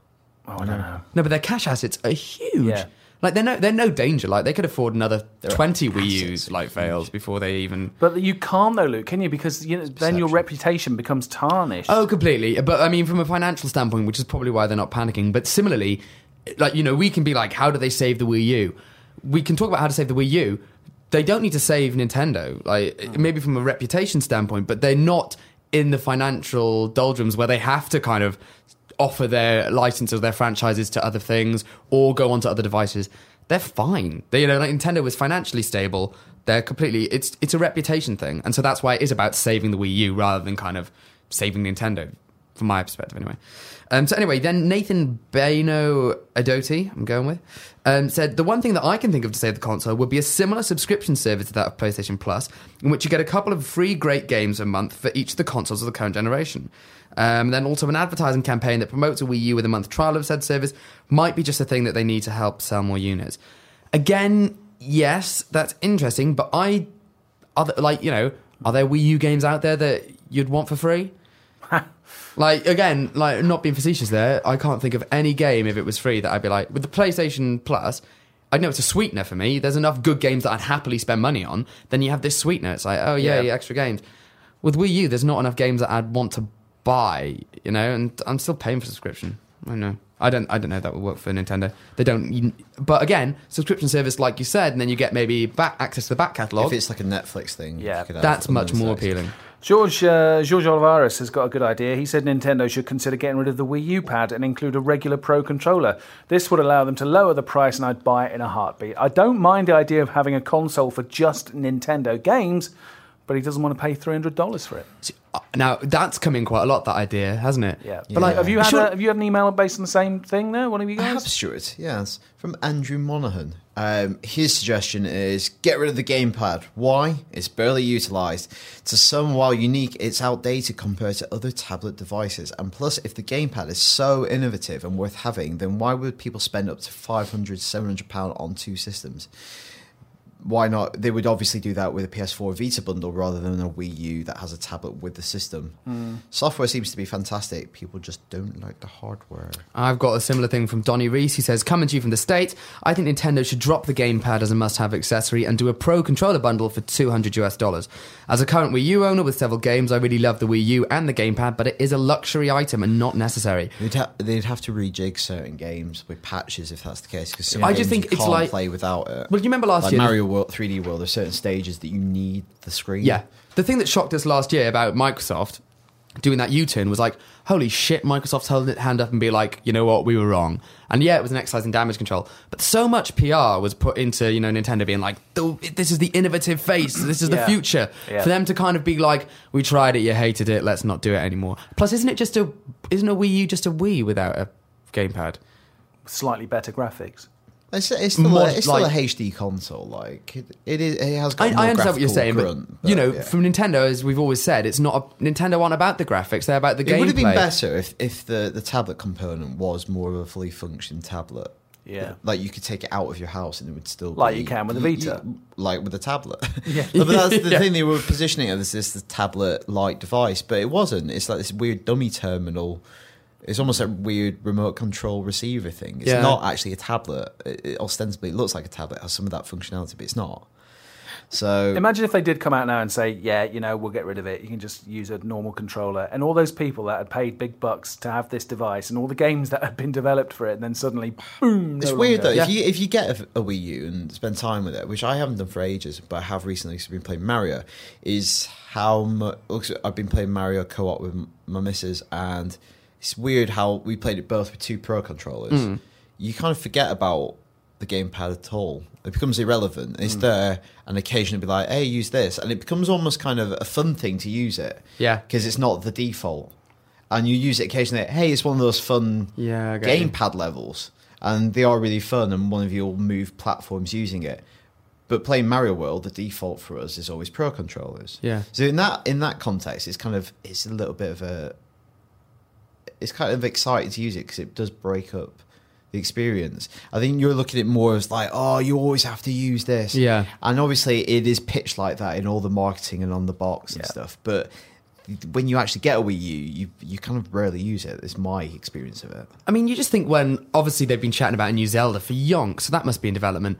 Speaker 1: Oh, I don't know.
Speaker 3: No, but their cash assets are huge.
Speaker 1: Yeah.
Speaker 3: Like they're no, they're no danger. Like they could afford another
Speaker 2: Their
Speaker 3: twenty Wii
Speaker 2: assets
Speaker 3: U's
Speaker 2: are
Speaker 3: like fails before they even.
Speaker 1: But you can't though, Luke, can you? Because you know, then your
Speaker 2: perception.
Speaker 1: reputation becomes tarnished.
Speaker 3: Oh, completely. But I mean, from a financial standpoint, which is probably why they're not panicking. But similarly, like you know, we can be like, how do they save the Wii U? We can talk about how to save the Wii U. They don't need to save Nintendo. Like maybe from a reputation standpoint, but they're not in the financial doldrums where they have to kind of offer their licenses, their franchises to other things, or go onto other devices, they're fine. They, you know, like Nintendo was financially stable. They're completely. It's it's a reputation thing, and so that's why it is about saving the Wii U rather than kind of saving Nintendo, from my perspective, anyway. Um, so anyway, then Nathan Bano Adoti, I'm going with, um, said the one thing that I can think of to save the console would be a similar subscription service to that of PlayStation Plus, in which you get a couple of free great games a month for each of the consoles of the current generation. Um, then also an advertising campaign that promotes a Wii U with a month trial of said service might be just a thing that they need to help sell more units. Again, yes, that's interesting, but I, are there, like you know, are there Wii U games out there that you'd want for free? Like again, like not being facetious there, I can't think of any game if it was free that I'd be like with the PlayStation Plus. I know it's a sweetener for me. There's enough good games that I'd happily spend money on. Then you have this sweetener. It's like, oh yeah,
Speaker 1: Yeah.
Speaker 3: extra games. With Wii U, there's not enough games that I'd want to buy. You know, and I'm still paying for subscription. I know. I don't. I don't know if that would work for Nintendo. They don't. you- But again, subscription service, like you said, and then you get maybe back access to the back
Speaker 2: If
Speaker 3: catalog.
Speaker 2: it's like a Netflix thing,
Speaker 1: Yeah,
Speaker 2: you could have
Speaker 3: That's
Speaker 2: on
Speaker 3: much more
Speaker 2: Netflix.
Speaker 3: appealing.
Speaker 1: George uh, George Olivares has got a good idea. He said Nintendo should consider getting rid of the Wii U pad and include a regular Pro controller. This would allow them to lower the price, and I'd buy it in a heartbeat. I don't mind the idea of having a console for just Nintendo games, but he doesn't want to pay three hundred dollars for it.
Speaker 3: See, uh, Now that's come in quite a lot. That idea, hasn't it?
Speaker 1: Yeah, but
Speaker 3: But like,
Speaker 1: have you had
Speaker 3: sure-
Speaker 1: a, have you had an email based on the same thing there? One of you
Speaker 2: I have,
Speaker 1: guys?
Speaker 2: Stuart. Yes, from Andrew Monaghan. Um, his suggestion is get rid of the gamepad. Why? It's barely utilised. To some, while unique, it's outdated compared to other tablet devices. And plus, if the gamepad is so innovative and worth having, then why would people spend up to 500 700 pound on two systems? Why not? They would obviously do that with a PS4 Vita bundle rather than a Wii U that has a tablet with the system.
Speaker 1: Hmm.
Speaker 2: Software seems to be fantastic. People just don't like the hardware.
Speaker 3: I've got a similar thing from Donny Reese. He says, coming to you from the States, I think Nintendo should drop the gamepad as a must-have accessory and do a pro controller bundle for 200 US dollars. As a current Wii U owner with several games, I really love the Wii U and the gamepad, but it is a luxury item and not necessary.
Speaker 2: They'd, ha- they'd have to rejig certain games with patches if that's the case. Because
Speaker 3: I just think it's
Speaker 2: can't
Speaker 3: like-
Speaker 2: play without it.
Speaker 3: Well, you remember last
Speaker 2: like
Speaker 3: year-
Speaker 2: Mario World, 3D World. There's certain stages that you need the screen.
Speaker 3: Yeah. The thing that shocked us last year about Microsoft doing that U-turn was like, holy shit, Microsoft's holding its hand up and be like, you know what, we were wrong. And yeah, it was an exercise in damage control, but so much PR was put into, you know, Nintendo being like, "The- this is the innovative face, this is the
Speaker 1: Yeah.
Speaker 3: future.
Speaker 1: Yeah.
Speaker 3: For them to kind of be like, we tried it, you hated it, let's not do it anymore. Plus, isn't it just a, isn't a Wii U just a Wii without a gamepad?
Speaker 1: Slightly better graphics.
Speaker 2: it's, it's still,
Speaker 3: Mod-
Speaker 2: a, it's still
Speaker 3: like-
Speaker 2: a HD console. Like it, it is. It has. Got
Speaker 3: I,
Speaker 2: more
Speaker 3: I understand what you're
Speaker 2: graphical
Speaker 3: saying,
Speaker 2: grunt,
Speaker 3: but, you know,
Speaker 2: yeah.
Speaker 3: from Nintendo, as we've always said, it's not a, Nintendo aren't about the graphics; they're about the
Speaker 2: it
Speaker 3: gameplay.
Speaker 2: would have been better if, if the, the tablet component was more of a fully functioned tablet.
Speaker 1: Yeah.
Speaker 2: Like you could take it out of your house and it would still
Speaker 1: Like
Speaker 2: be-
Speaker 1: you can with a
Speaker 2: y-
Speaker 1: Vita.
Speaker 2: y- like with a tablet.
Speaker 1: Yeah.
Speaker 2: No, but that's the
Speaker 3: Yeah.
Speaker 2: thing they were positioning it as this the tablet like device, but it wasn't. It's like this weird dummy terminal. It's almost a weird remote control receiver thing. It's
Speaker 3: Yeah.
Speaker 2: not actually a tablet. It, it ostensibly looks like a tablet, has some of that functionality, but it's not. So
Speaker 1: Imagine if they did come out now and say, yeah, you know, we'll get rid of it. You can just use a normal controller. And all those people that had paid big bucks to have this device and all the games that had been developed for it, and then suddenly, boom.
Speaker 2: It's
Speaker 1: no
Speaker 2: weird though.
Speaker 1: longer.
Speaker 2: If you if you get a, a Wii U and spend time with it, which I haven't done for ages, but I have recently 'cause I've been playing Mario, is how much I've been playing Mario co-op with m- my missus, and it's weird how we played it both with two pro controllers.
Speaker 1: Hmm.
Speaker 2: You kind of forget about the gamepad at all. It becomes irrelevant.
Speaker 1: Hmm.
Speaker 2: It's there, and occasionally be like, "Hey, use this," and it becomes almost kind of a fun thing to use it.
Speaker 3: Yeah.
Speaker 2: because it's not the default, and you use it occasionally. Hey, it's one of those fun
Speaker 3: Yeah, I get you.
Speaker 2: gamepad levels, and they are really fun. And one of you will move platforms using it. But playing Mario World, the default for us is always pro controllers.
Speaker 3: Yeah.
Speaker 2: So in that in that context, it's kind of it's a little bit of a it's kind of exciting to use it because it does break up the experience. I think you're looking at it more as like, oh, you always have to use this.
Speaker 3: Yeah.
Speaker 2: And obviously, it is pitched like that in all the marketing and on the box and
Speaker 1: Yeah.
Speaker 2: stuff. But when you actually get a Wii U, you you kind of rarely use it. It's my experience of it.
Speaker 3: I mean, you just think when obviously they've been chatting about a new Zelda for yonks, so that must be in development.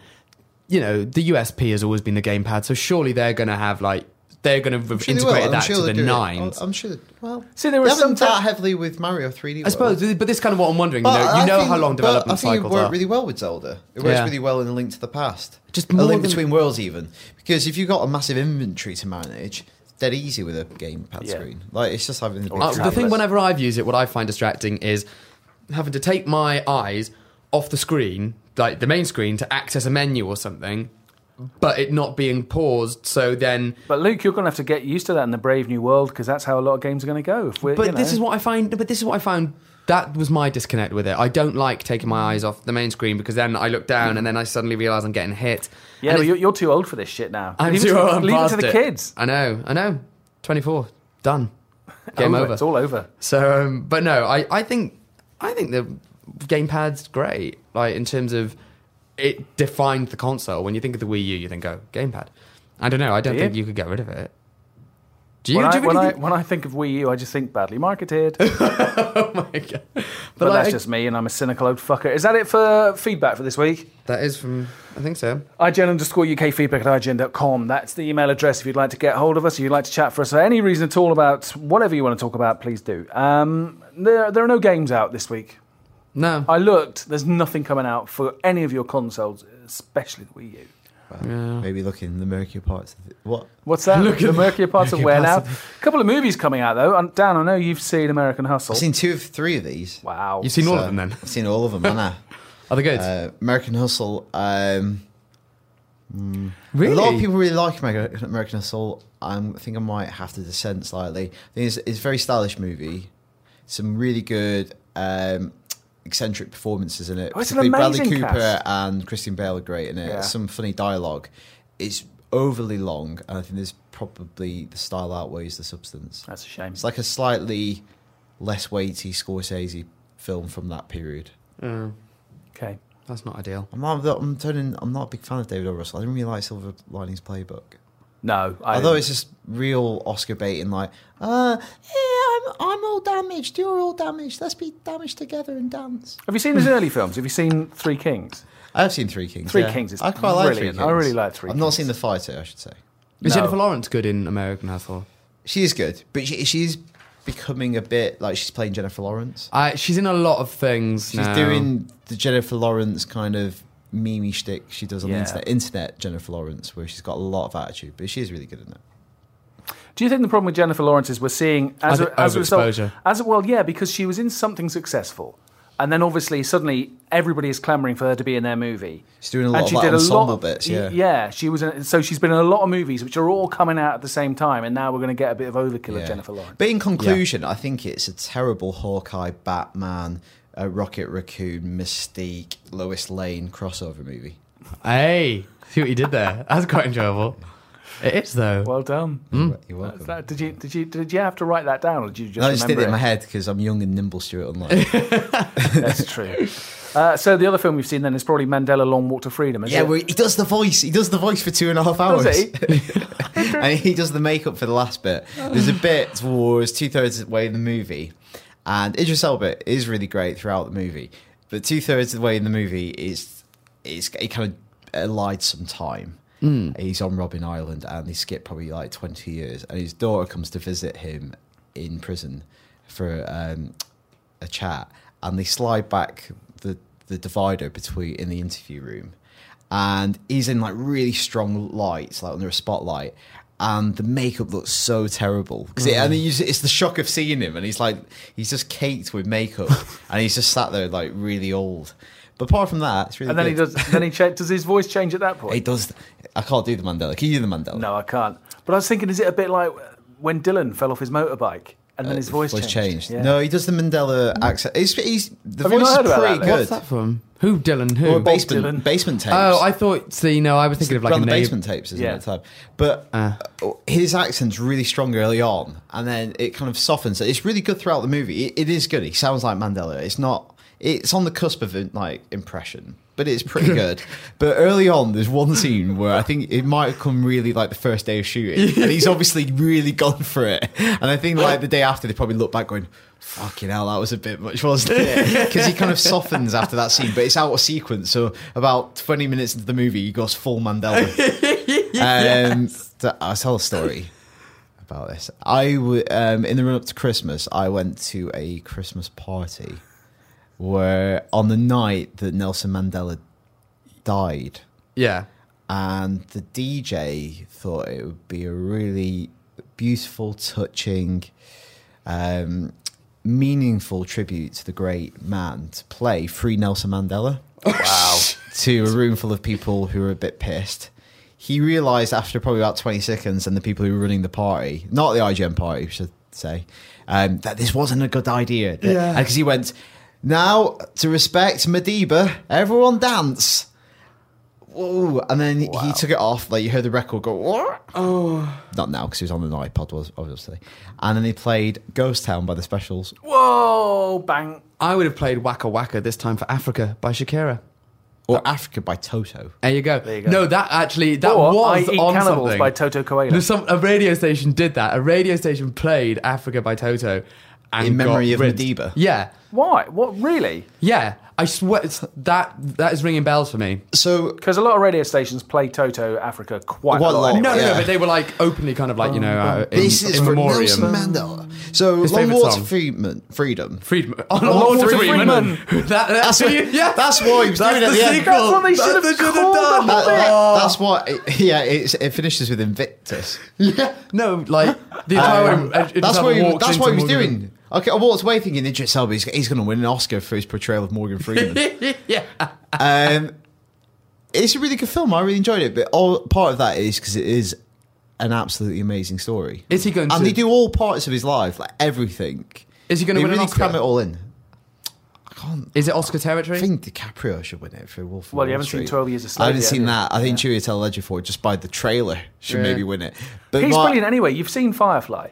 Speaker 3: You know, the USP has always been the gamepad, so surely they're going to have like they're going to have
Speaker 2: Sure they will.
Speaker 3: integrated
Speaker 2: I'm
Speaker 3: that
Speaker 2: sure
Speaker 3: to
Speaker 2: they'll
Speaker 3: the
Speaker 2: do it.
Speaker 3: nine.
Speaker 2: I'm sure. They, well,
Speaker 1: See, there
Speaker 2: they
Speaker 1: are some
Speaker 2: haven't done that
Speaker 1: tech-
Speaker 2: heavily with Mario 3D.
Speaker 3: I suppose, but this is kind of what I'm wondering. You know, you know how long development
Speaker 2: I think
Speaker 3: cycles
Speaker 2: it worked
Speaker 3: are.
Speaker 2: really well with Zelda. It works
Speaker 3: Yeah.
Speaker 2: really well in A Link to the Past.
Speaker 3: Just
Speaker 2: A
Speaker 3: more
Speaker 2: Link
Speaker 3: than-
Speaker 2: Between Worlds, even because if you've got a massive inventory to manage, dead easy with a gamepad
Speaker 1: Yeah.
Speaker 2: screen. Like it's just having the big
Speaker 3: Uh, the
Speaker 2: tablet.
Speaker 3: thing, whenever I've used it, what I find distracting is having to take my eyes off the screen, like the main screen, to access a menu or something, but it not being paused. So then,
Speaker 1: But Luke, you're going to have to get used to that in the Brave New World because that's how a lot of games are going to go. If we're,
Speaker 3: but
Speaker 1: you know.
Speaker 3: this is what I find. But this is what I found. That was my disconnect with it. I don't like taking my eyes off the main screen because then I look down and then I suddenly realize I'm getting hit.
Speaker 1: Yeah,
Speaker 3: And
Speaker 1: well,
Speaker 3: it-
Speaker 1: you're, you're too old for this shit now.
Speaker 3: I'm
Speaker 1: leave
Speaker 3: too
Speaker 1: it, to-
Speaker 3: old.
Speaker 1: Leave it to
Speaker 3: past
Speaker 1: the kids.
Speaker 3: I know. I know. Twenty four. Done. Game over.
Speaker 1: It's all over.
Speaker 3: So, um, but no, I, I think I think the gamepad's great. Like in terms of it defined the console. When you think of the Wii U, you think, oh, gamepad. I don't know. I don't
Speaker 1: Do
Speaker 3: think
Speaker 1: you?
Speaker 3: you could get rid of it. Do you?
Speaker 1: when,
Speaker 3: do
Speaker 1: I,
Speaker 3: you
Speaker 1: when,
Speaker 3: really
Speaker 1: I,
Speaker 3: think-
Speaker 1: when I think of Wii U, I just think badly marketed. but
Speaker 3: oh my god! But,
Speaker 1: that's
Speaker 3: like,
Speaker 1: just me, and I'm a cynical old fucker. Is that it for feedback for this week?
Speaker 3: that is from. I think so.
Speaker 1: IGN underscore UK feedback at IGN.com. That's the email address if you'd like to get hold of us, if you'd like to chat for us for any reason at all about whatever you want to talk about, please do. Um, there, there are no games out this week.
Speaker 3: No.
Speaker 1: I looked, there's nothing coming out for any of your consoles, especially the Wii U.
Speaker 3: Yeah.
Speaker 2: Maybe look in the murkier parts. Of the, what?
Speaker 1: What's that?
Speaker 3: Look
Speaker 1: the
Speaker 3: at-
Speaker 1: murkier parts of
Speaker 3: murkier
Speaker 1: where now?
Speaker 3: parts
Speaker 1: A couple of movies coming out though. And Dan, I know you've seen American Hustle.
Speaker 2: I've seen two of three of these.
Speaker 1: wow.
Speaker 3: You've seen all
Speaker 2: So,
Speaker 3: of them then?
Speaker 2: I've seen all of them, haven't
Speaker 3: Are they
Speaker 2: I?
Speaker 3: good?
Speaker 2: Uh, American Hustle. Um,
Speaker 3: really?
Speaker 2: A lot of people really like American, American Hustle. Um, I think I might have to dissent slightly. I think it's, it's a very stylish movie. Some really good um, eccentric performances in it.
Speaker 1: Oh, it's an
Speaker 2: Particularly Bradley
Speaker 1: amazing
Speaker 2: Cooper
Speaker 1: cast.
Speaker 2: and Christian Bale are great in it.
Speaker 1: Yeah.
Speaker 2: Some funny dialogue. It's overly long, and I think there's probably the style outweighs the substance.
Speaker 1: That's a shame.
Speaker 2: It's like a slightly less weighty Scorsese film from that period.
Speaker 3: Oh,
Speaker 1: Okay.
Speaker 3: that's not ideal.
Speaker 2: I'm not, I'm, turning, I'm not a big fan of David O. Russell. I didn't really like Silver Linings Playbook.
Speaker 1: No. I,
Speaker 2: Although it's just real Oscar baiting, like, uh, yeah, I'm, I'm all damaged, you're all damaged, let's be damaged together and dance.
Speaker 1: Have you seen his early films? Have you seen Three Kings?
Speaker 2: I have seen Three Kings.
Speaker 1: Three
Speaker 2: yeah.
Speaker 1: Kings is
Speaker 2: I quite like Three
Speaker 1: brilliant.
Speaker 2: Kings.
Speaker 1: I really like Three
Speaker 2: I've not
Speaker 1: Kings.
Speaker 2: seen The Fighter, I should say.
Speaker 3: Is
Speaker 1: No.
Speaker 3: Jennifer Lawrence good in American Hustle?
Speaker 2: She is good, but she, she's becoming a bit like she's playing Jennifer Lawrence.
Speaker 3: I, she's in a lot of things.
Speaker 2: She's
Speaker 3: now.
Speaker 2: doing the Jennifer Lawrence kind of meme shtick she does on
Speaker 1: Yeah.
Speaker 2: the internet, internet Jennifer Lawrence, where she's got a lot of attitude, but she is really good in it.
Speaker 1: Do you think the problem with Jennifer Lawrence is we're seeing as,
Speaker 3: I think
Speaker 1: a, as a result,
Speaker 3: overexposure.
Speaker 1: as a, well, yeah, because she was in something successful, and then obviously suddenly everybody is clamouring for her to be in their movie.
Speaker 2: She's doing a lot
Speaker 1: and
Speaker 2: of,
Speaker 1: she
Speaker 2: like,
Speaker 1: did a lot
Speaker 2: ensemble
Speaker 1: of
Speaker 2: bits,
Speaker 1: y-
Speaker 2: yeah.
Speaker 1: yeah. She was in, so she's been in a lot of movies, which are all coming out at the same time, and now we're going to get a bit of overkill of
Speaker 2: Yeah.
Speaker 1: Jennifer Lawrence.
Speaker 2: But in conclusion, I think it's a terrible Hawkeye, Batman, uh, Rocket Raccoon, Mystique, Lois Lane crossover movie.
Speaker 3: Hey, see what you did there. That's quite enjoyable. It is though.
Speaker 1: Well done.
Speaker 2: You're welcome.
Speaker 1: Is that- did you did you did you have to write that down, or did you just?
Speaker 2: I just did
Speaker 1: remember
Speaker 2: it in my head because I'm young and nimble, Stuart. Unlike
Speaker 1: That's true. Uh, so the other film we've seen then is probably Mandela Long Walk to Freedom. Is
Speaker 2: yeah,
Speaker 1: it?
Speaker 2: well, he does the voice. He does the voice for two and a half hours,
Speaker 1: Does he?
Speaker 2: and he does the makeup for the last bit. There's a bit towards two thirds of the way in the movie, and Idris Elba is really great throughout the movie. But two thirds of the way in the movie is, is he kind of allied some time. He's on Robin Island, and they skip probably like twenty years, and his daughter comes to visit him in prison for um, a chat and they slide back the, the divider between in the interview room and he's in like really strong lights like under a spotlight and the makeup looks so terrible because and
Speaker 1: Mm.
Speaker 2: it usually- it's the shock of seeing him and he's like he's just caked with makeup and he's just sat there like really old but apart from that it's really
Speaker 1: and then he
Speaker 2: good.
Speaker 1: does. Then he cha- does his voice change at that point?
Speaker 2: he does I can't do the Mandela can you do the Mandela
Speaker 1: No, I can't. But I was thinking, is it a bit like when Dylan fell off his motorbike and then his voice, changed? Yeah.
Speaker 2: Uh,
Speaker 1: Mm.
Speaker 2: no he does the Mandela accent he's, he's the
Speaker 1: Have you
Speaker 2: voice
Speaker 1: not heard
Speaker 2: is
Speaker 1: about
Speaker 2: pretty
Speaker 1: that, Luke?
Speaker 2: good
Speaker 3: What's that from? Who Dylan? Who?
Speaker 2: Or basement,
Speaker 1: Dylan.
Speaker 2: basement tapes
Speaker 3: oh, I thought. See, no, I was thinking of like a
Speaker 2: around the
Speaker 3: neighbor-
Speaker 2: basement tapes, isn't
Speaker 1: Yeah.
Speaker 2: it, at the time? But uh, his accent's really strong early on, and then it kind of softens. It's really good throughout the movie. It, it is good. He sounds like Mandela. It's not. It's on the cusp of like impression, but it's pretty good. but early on, there's one scene where I think it might have come really like the first day of shooting, and he's obviously really gone for it. And I think like the day after, they probably look back going. Fucking hell, that was a bit much, wasn't it? Because he kind of softens after that scene, but it's out of sequence. So about twenty minutes into the movie, he goes full Mandela. Um, so I'll tell a story about this. I w- um, in the run up to Christmas, I went to a Christmas party where on the night that Nelson Mandela died,
Speaker 3: Yeah.
Speaker 2: and the DJ thought it would be a really beautiful, touching, um, meaningful tribute to the great man to play Free Nelson Mandela. Wow. to a room full of people who were a bit pissed. He realised after probably about 20 seconds and the people who were running the party, not the IGN party, I should say, um, that this wasn't a good idea.
Speaker 3: Yeah.
Speaker 2: Because he went, now to respect Madiba, everyone dance. Whoa. And then he took it off. Like you heard the record go, "Wah." not now because he was on an iPod, was obviously. And then he played Ghost Town by the Specials.
Speaker 1: Whoa, bang.
Speaker 3: I would have played Waka Waka this time for Africa by Shakira.
Speaker 2: Or Africa by Toto.
Speaker 3: There you go.
Speaker 1: you go.
Speaker 3: No, that actually that
Speaker 1: Or
Speaker 3: was
Speaker 1: I Eat
Speaker 3: on
Speaker 1: Cannibals
Speaker 3: something.
Speaker 1: by Toto Coelho.
Speaker 3: There's Some, a radio station did that. A radio station played Africa by Toto and
Speaker 2: In memory
Speaker 3: got
Speaker 2: of
Speaker 3: rinsed.
Speaker 2: Madiba.
Speaker 3: Yeah,
Speaker 1: Why? What, really?
Speaker 3: yeah. I swear it's, that that is ringing bells for me.
Speaker 2: So
Speaker 1: Because a lot of radio stations play Toto Africa quite a
Speaker 2: Quite a
Speaker 1: lot.
Speaker 2: lot.
Speaker 1: anyway.
Speaker 3: No, no, no,
Speaker 2: Oh, Yeah.
Speaker 3: but they were like openly kind of like you know uh, in,
Speaker 2: this is
Speaker 3: in
Speaker 2: for
Speaker 3: memoriam.
Speaker 2: Nelson Mandela. So
Speaker 3: His
Speaker 2: Long
Speaker 3: favourite
Speaker 2: War to
Speaker 3: song.
Speaker 2: Freedom. freedom.
Speaker 3: Friedman. Oh,
Speaker 1: Lord
Speaker 3: Lord
Speaker 1: Friedman.
Speaker 3: Friedman. that, that's
Speaker 2: what-
Speaker 3: yeah.
Speaker 2: that's what he was doing at the end.
Speaker 3: sequel.
Speaker 1: That's what they should have
Speaker 3: they should
Speaker 1: called
Speaker 3: done.
Speaker 1: the
Speaker 2: That-
Speaker 1: whole
Speaker 2: that-
Speaker 1: Oh.
Speaker 2: that's what, it, yeah, it's, it finishes with Invictus.
Speaker 3: Yeah. No, like the entire.
Speaker 2: Um,
Speaker 3: it- it
Speaker 2: that's
Speaker 3: just
Speaker 2: what he,
Speaker 3: walked
Speaker 2: that's
Speaker 3: into
Speaker 2: what he was
Speaker 3: Morgan-
Speaker 2: doing. Okay, I walked away thinking Idris Elba, he's, he's going to win an Oscar for his portrayal of Morgan Freeman.
Speaker 3: yeah.
Speaker 2: um, it's a really good film. I really enjoyed it. But all part of that is because it is an absolutely amazing story.
Speaker 3: Is he going
Speaker 2: and
Speaker 3: to-
Speaker 2: they do all parts of his life, like everything.
Speaker 3: Is he going to
Speaker 2: They
Speaker 3: win
Speaker 2: really
Speaker 3: an Oscar?
Speaker 2: cram it all in. I can't.
Speaker 3: Is it Oscar
Speaker 2: I
Speaker 3: territory?
Speaker 2: think DiCaprio should win it for Wolf. of
Speaker 1: Well, you
Speaker 2: Wall
Speaker 1: haven't seen
Speaker 2: Street.
Speaker 1: 12 Years a Slave
Speaker 2: I haven't
Speaker 1: yet,
Speaker 2: seen
Speaker 1: have
Speaker 2: that. I think Julia Ledgerford just by the trailer should
Speaker 3: Yeah.
Speaker 2: maybe win it. But
Speaker 1: He's
Speaker 2: my-
Speaker 1: brilliant anyway. You've seen Firefly.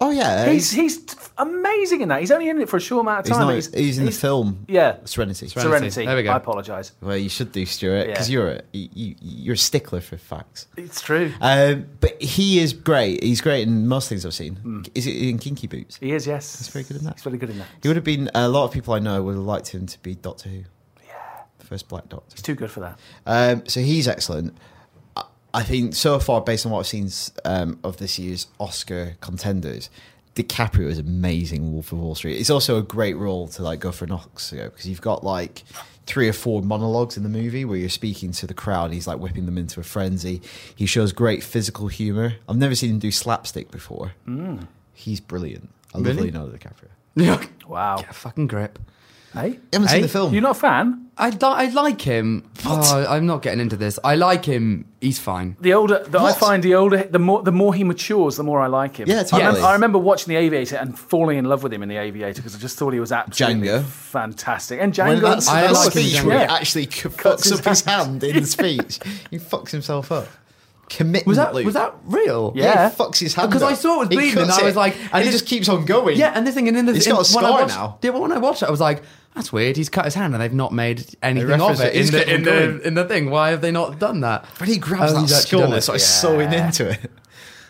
Speaker 2: Oh yeah,
Speaker 1: He's he's t- amazing in that. He's only in it for a short amount of
Speaker 2: he's
Speaker 1: time.
Speaker 2: not-
Speaker 1: but
Speaker 2: he's, in the film.
Speaker 1: Yeah,
Speaker 2: Serenity.
Speaker 3: Serenity.
Speaker 1: Serenity.
Speaker 3: There we go.
Speaker 1: I apologise.
Speaker 2: Well, you should do Stuart because
Speaker 1: Yeah.
Speaker 2: you're a you, you're a stickler for facts.
Speaker 1: It's true.
Speaker 2: Um, but he is great. He's great in most things I've seen. Is it in Kinky Boots?
Speaker 1: He is. Yes, he's
Speaker 2: very good in that.
Speaker 1: He's really good in that.
Speaker 2: He would have been. A lot of people I know would have liked him to be Doctor Who. Yeah. The first Black Doctor.
Speaker 1: He's too good for that.
Speaker 2: Um, so he's excellent. I- I think so far, based on what I've seen um, of this year's Oscar contenders, DiCaprio is amazing. in Wolf of Wall Street. It's also a great role to like go for an Oscar because you've got like three or four monologues in the movie where you're speaking to the crowd. And he's like whipping them into a frenzy. He shows great physical humor. I've never seen him do slapstick before. He's brilliant. I love
Speaker 3: Mm. Really?
Speaker 2: Leonardo DiCaprio.
Speaker 3: Yeah.
Speaker 1: Wow.
Speaker 3: Get a fucking grip.
Speaker 1: Hey,
Speaker 2: I haven't
Speaker 3: Hey?
Speaker 2: seen the film.
Speaker 1: you're not a fan.
Speaker 3: I, li- I like him. Oh, I'm not getting into this. I like him. He's fine.
Speaker 1: The older that I
Speaker 2: What?
Speaker 1: find, the older, the more, the more he matures, the more I like him.
Speaker 2: Yeah,
Speaker 1: I,
Speaker 2: totally.
Speaker 1: remember, I remember watching The Aviator and falling in love with him in The Aviator because I just thought he was absolutely
Speaker 2: Django.
Speaker 1: fantastic. And
Speaker 2: When
Speaker 1: Django,
Speaker 2: that's,
Speaker 3: I
Speaker 2: that
Speaker 3: like him,
Speaker 2: speech
Speaker 3: Django.
Speaker 2: where he
Speaker 1: Yeah.
Speaker 2: actually c- fucks
Speaker 1: his
Speaker 2: up his hand in the speech. he fucks himself up. Commitment
Speaker 3: Was that
Speaker 2: loop.
Speaker 3: was that real?
Speaker 1: Yeah.
Speaker 2: Yeah, he fucks his hand
Speaker 3: Because
Speaker 2: up.
Speaker 3: I saw it was
Speaker 2: He
Speaker 3: bleeding and
Speaker 2: cuts
Speaker 3: I was
Speaker 2: it,
Speaker 3: like-
Speaker 2: and
Speaker 3: it
Speaker 2: he
Speaker 3: is-
Speaker 2: just keeps on going.
Speaker 3: Yeah, and the thing, and then the
Speaker 2: He's
Speaker 3: in-
Speaker 2: got a
Speaker 3: when I
Speaker 2: scar
Speaker 3: watched-
Speaker 2: now.
Speaker 3: Yeah, but when I watched it, I was like, "That's weird. He's cut his hand, and they've not made anything
Speaker 2: reference
Speaker 3: of it
Speaker 2: it. He's
Speaker 3: in the
Speaker 2: kept
Speaker 3: in
Speaker 2: on
Speaker 3: the,
Speaker 2: going.
Speaker 3: in the thing. Why have they not done that?"
Speaker 2: when he grabs
Speaker 3: Oh,
Speaker 2: that
Speaker 3: he's actually
Speaker 2: skull,
Speaker 3: done
Speaker 2: it's
Speaker 3: it.
Speaker 2: like sewing into it.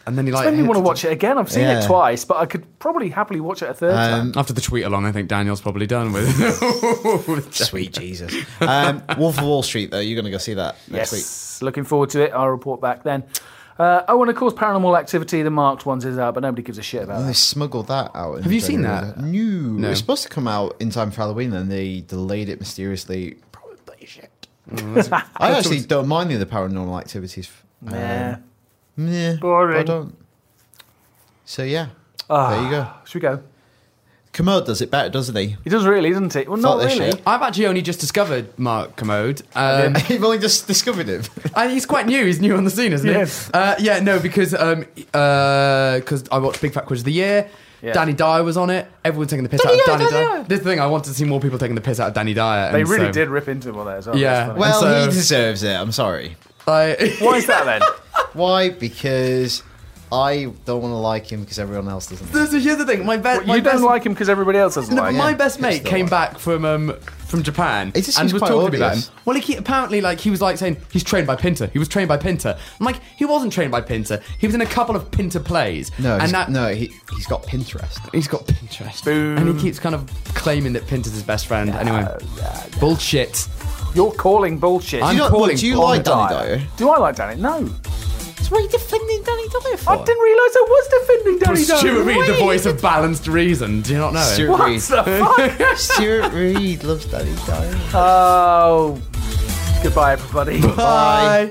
Speaker 3: And then he like
Speaker 1: made me
Speaker 3: hits
Speaker 1: want to
Speaker 3: it.
Speaker 1: watch it again. I've seen it
Speaker 2: Yeah. Uh,
Speaker 1: twice, but I could probably happily watch it a third time.
Speaker 3: after the tweet along. I think Daniel's probably done with.
Speaker 2: Sweet Jesus. Um, Wolf of Wall Street, though, you're going to go see that next week.
Speaker 1: Yes, looking forward to it. I'll report back then. Uh, oh, and of course, Paranormal Activity, the marked ones is out, but nobody gives a shit about
Speaker 2: They
Speaker 1: that.
Speaker 2: smuggled that out. in
Speaker 3: Have you seen
Speaker 2: January.
Speaker 3: that?
Speaker 2: No.
Speaker 3: No.
Speaker 2: It was supposed to come out in time for Halloween, and they delayed it mysteriously. Probably shit.
Speaker 3: Mm,
Speaker 2: I actually don't mind the other paranormal activities. Um,
Speaker 1: Yeah.
Speaker 2: Yeah,
Speaker 1: Boring.
Speaker 2: I don't. So yeah,
Speaker 3: Ah.
Speaker 2: there you go.
Speaker 1: Ah, Should we go?
Speaker 2: Commode does it better, doesn't he?
Speaker 1: He does really, doesn't he? Well, not
Speaker 2: this
Speaker 1: really.
Speaker 2: shit.
Speaker 3: I've actually only just discovered Mark Commode. Um,
Speaker 2: You've only just discovered him.
Speaker 3: and he's quite new. He's new on the scene, isn't
Speaker 1: Yes.
Speaker 3: he? Uh, yeah, no, because um, uh 'cause I watched Big Fat Quiz of the Year.
Speaker 1: Yeah.
Speaker 3: Danny Dyer was on it. Everyone's taking the piss out of Danny, Dyer. This is the thing. I wanted to see more people taking the piss out of Danny Dyer.
Speaker 1: They
Speaker 3: and
Speaker 1: really
Speaker 3: so-
Speaker 1: did rip into him on that as well.
Speaker 3: Yeah.
Speaker 1: That's funny.
Speaker 2: Well,
Speaker 3: so-
Speaker 2: he deserves it. I'm sorry.
Speaker 3: I-
Speaker 1: Why is that then?
Speaker 2: Why? Because I don't want to like him because everyone else doesn't.
Speaker 3: So, so here's the thing. My, be-
Speaker 1: Well,
Speaker 3: my
Speaker 1: you
Speaker 3: best,
Speaker 1: don't like him because everybody else doesn't
Speaker 3: No,
Speaker 1: like
Speaker 3: but
Speaker 1: him.
Speaker 3: my
Speaker 2: Oh, yeah.
Speaker 3: best mate
Speaker 2: Still
Speaker 3: came
Speaker 2: like-
Speaker 3: back from um from Japan
Speaker 2: It just
Speaker 3: and
Speaker 2: seems
Speaker 3: was
Speaker 2: quite
Speaker 3: talking about him.
Speaker 2: obvious.
Speaker 3: Well, he ke- apparently like he was like saying he's trained by Pinter. He was trained by Pinter. I'm like he wasn't trained by Pinter. He was in a couple of Pinter plays.
Speaker 2: No,
Speaker 3: and
Speaker 2: he's-
Speaker 3: that
Speaker 2: no, he, he's got Pinterest.
Speaker 3: he's got Pinterest. And he keeps kind of claiming that Pinter's his best friend. anyway, bullshit.
Speaker 1: Uh, You're calling bullshit.
Speaker 3: I'm
Speaker 2: you not-
Speaker 3: calling
Speaker 2: do you
Speaker 3: Paul
Speaker 2: like Danny
Speaker 1: Dyer.
Speaker 2: Dyer?
Speaker 1: Do I like Danny? No.
Speaker 2: So what are you defending Danny Dyer for?
Speaker 1: I didn't realise I was defending Danny Dyer.
Speaker 3: Stuart Reed, the
Speaker 1: Wait.
Speaker 3: voice of balanced reason. Do you not know? it?
Speaker 2: Stuart
Speaker 1: What
Speaker 2: Reed.
Speaker 1: the fuck?
Speaker 2: Stuart Reed loves Danny Dyer.
Speaker 1: Oh. Goodbye, everybody.
Speaker 3: Bye.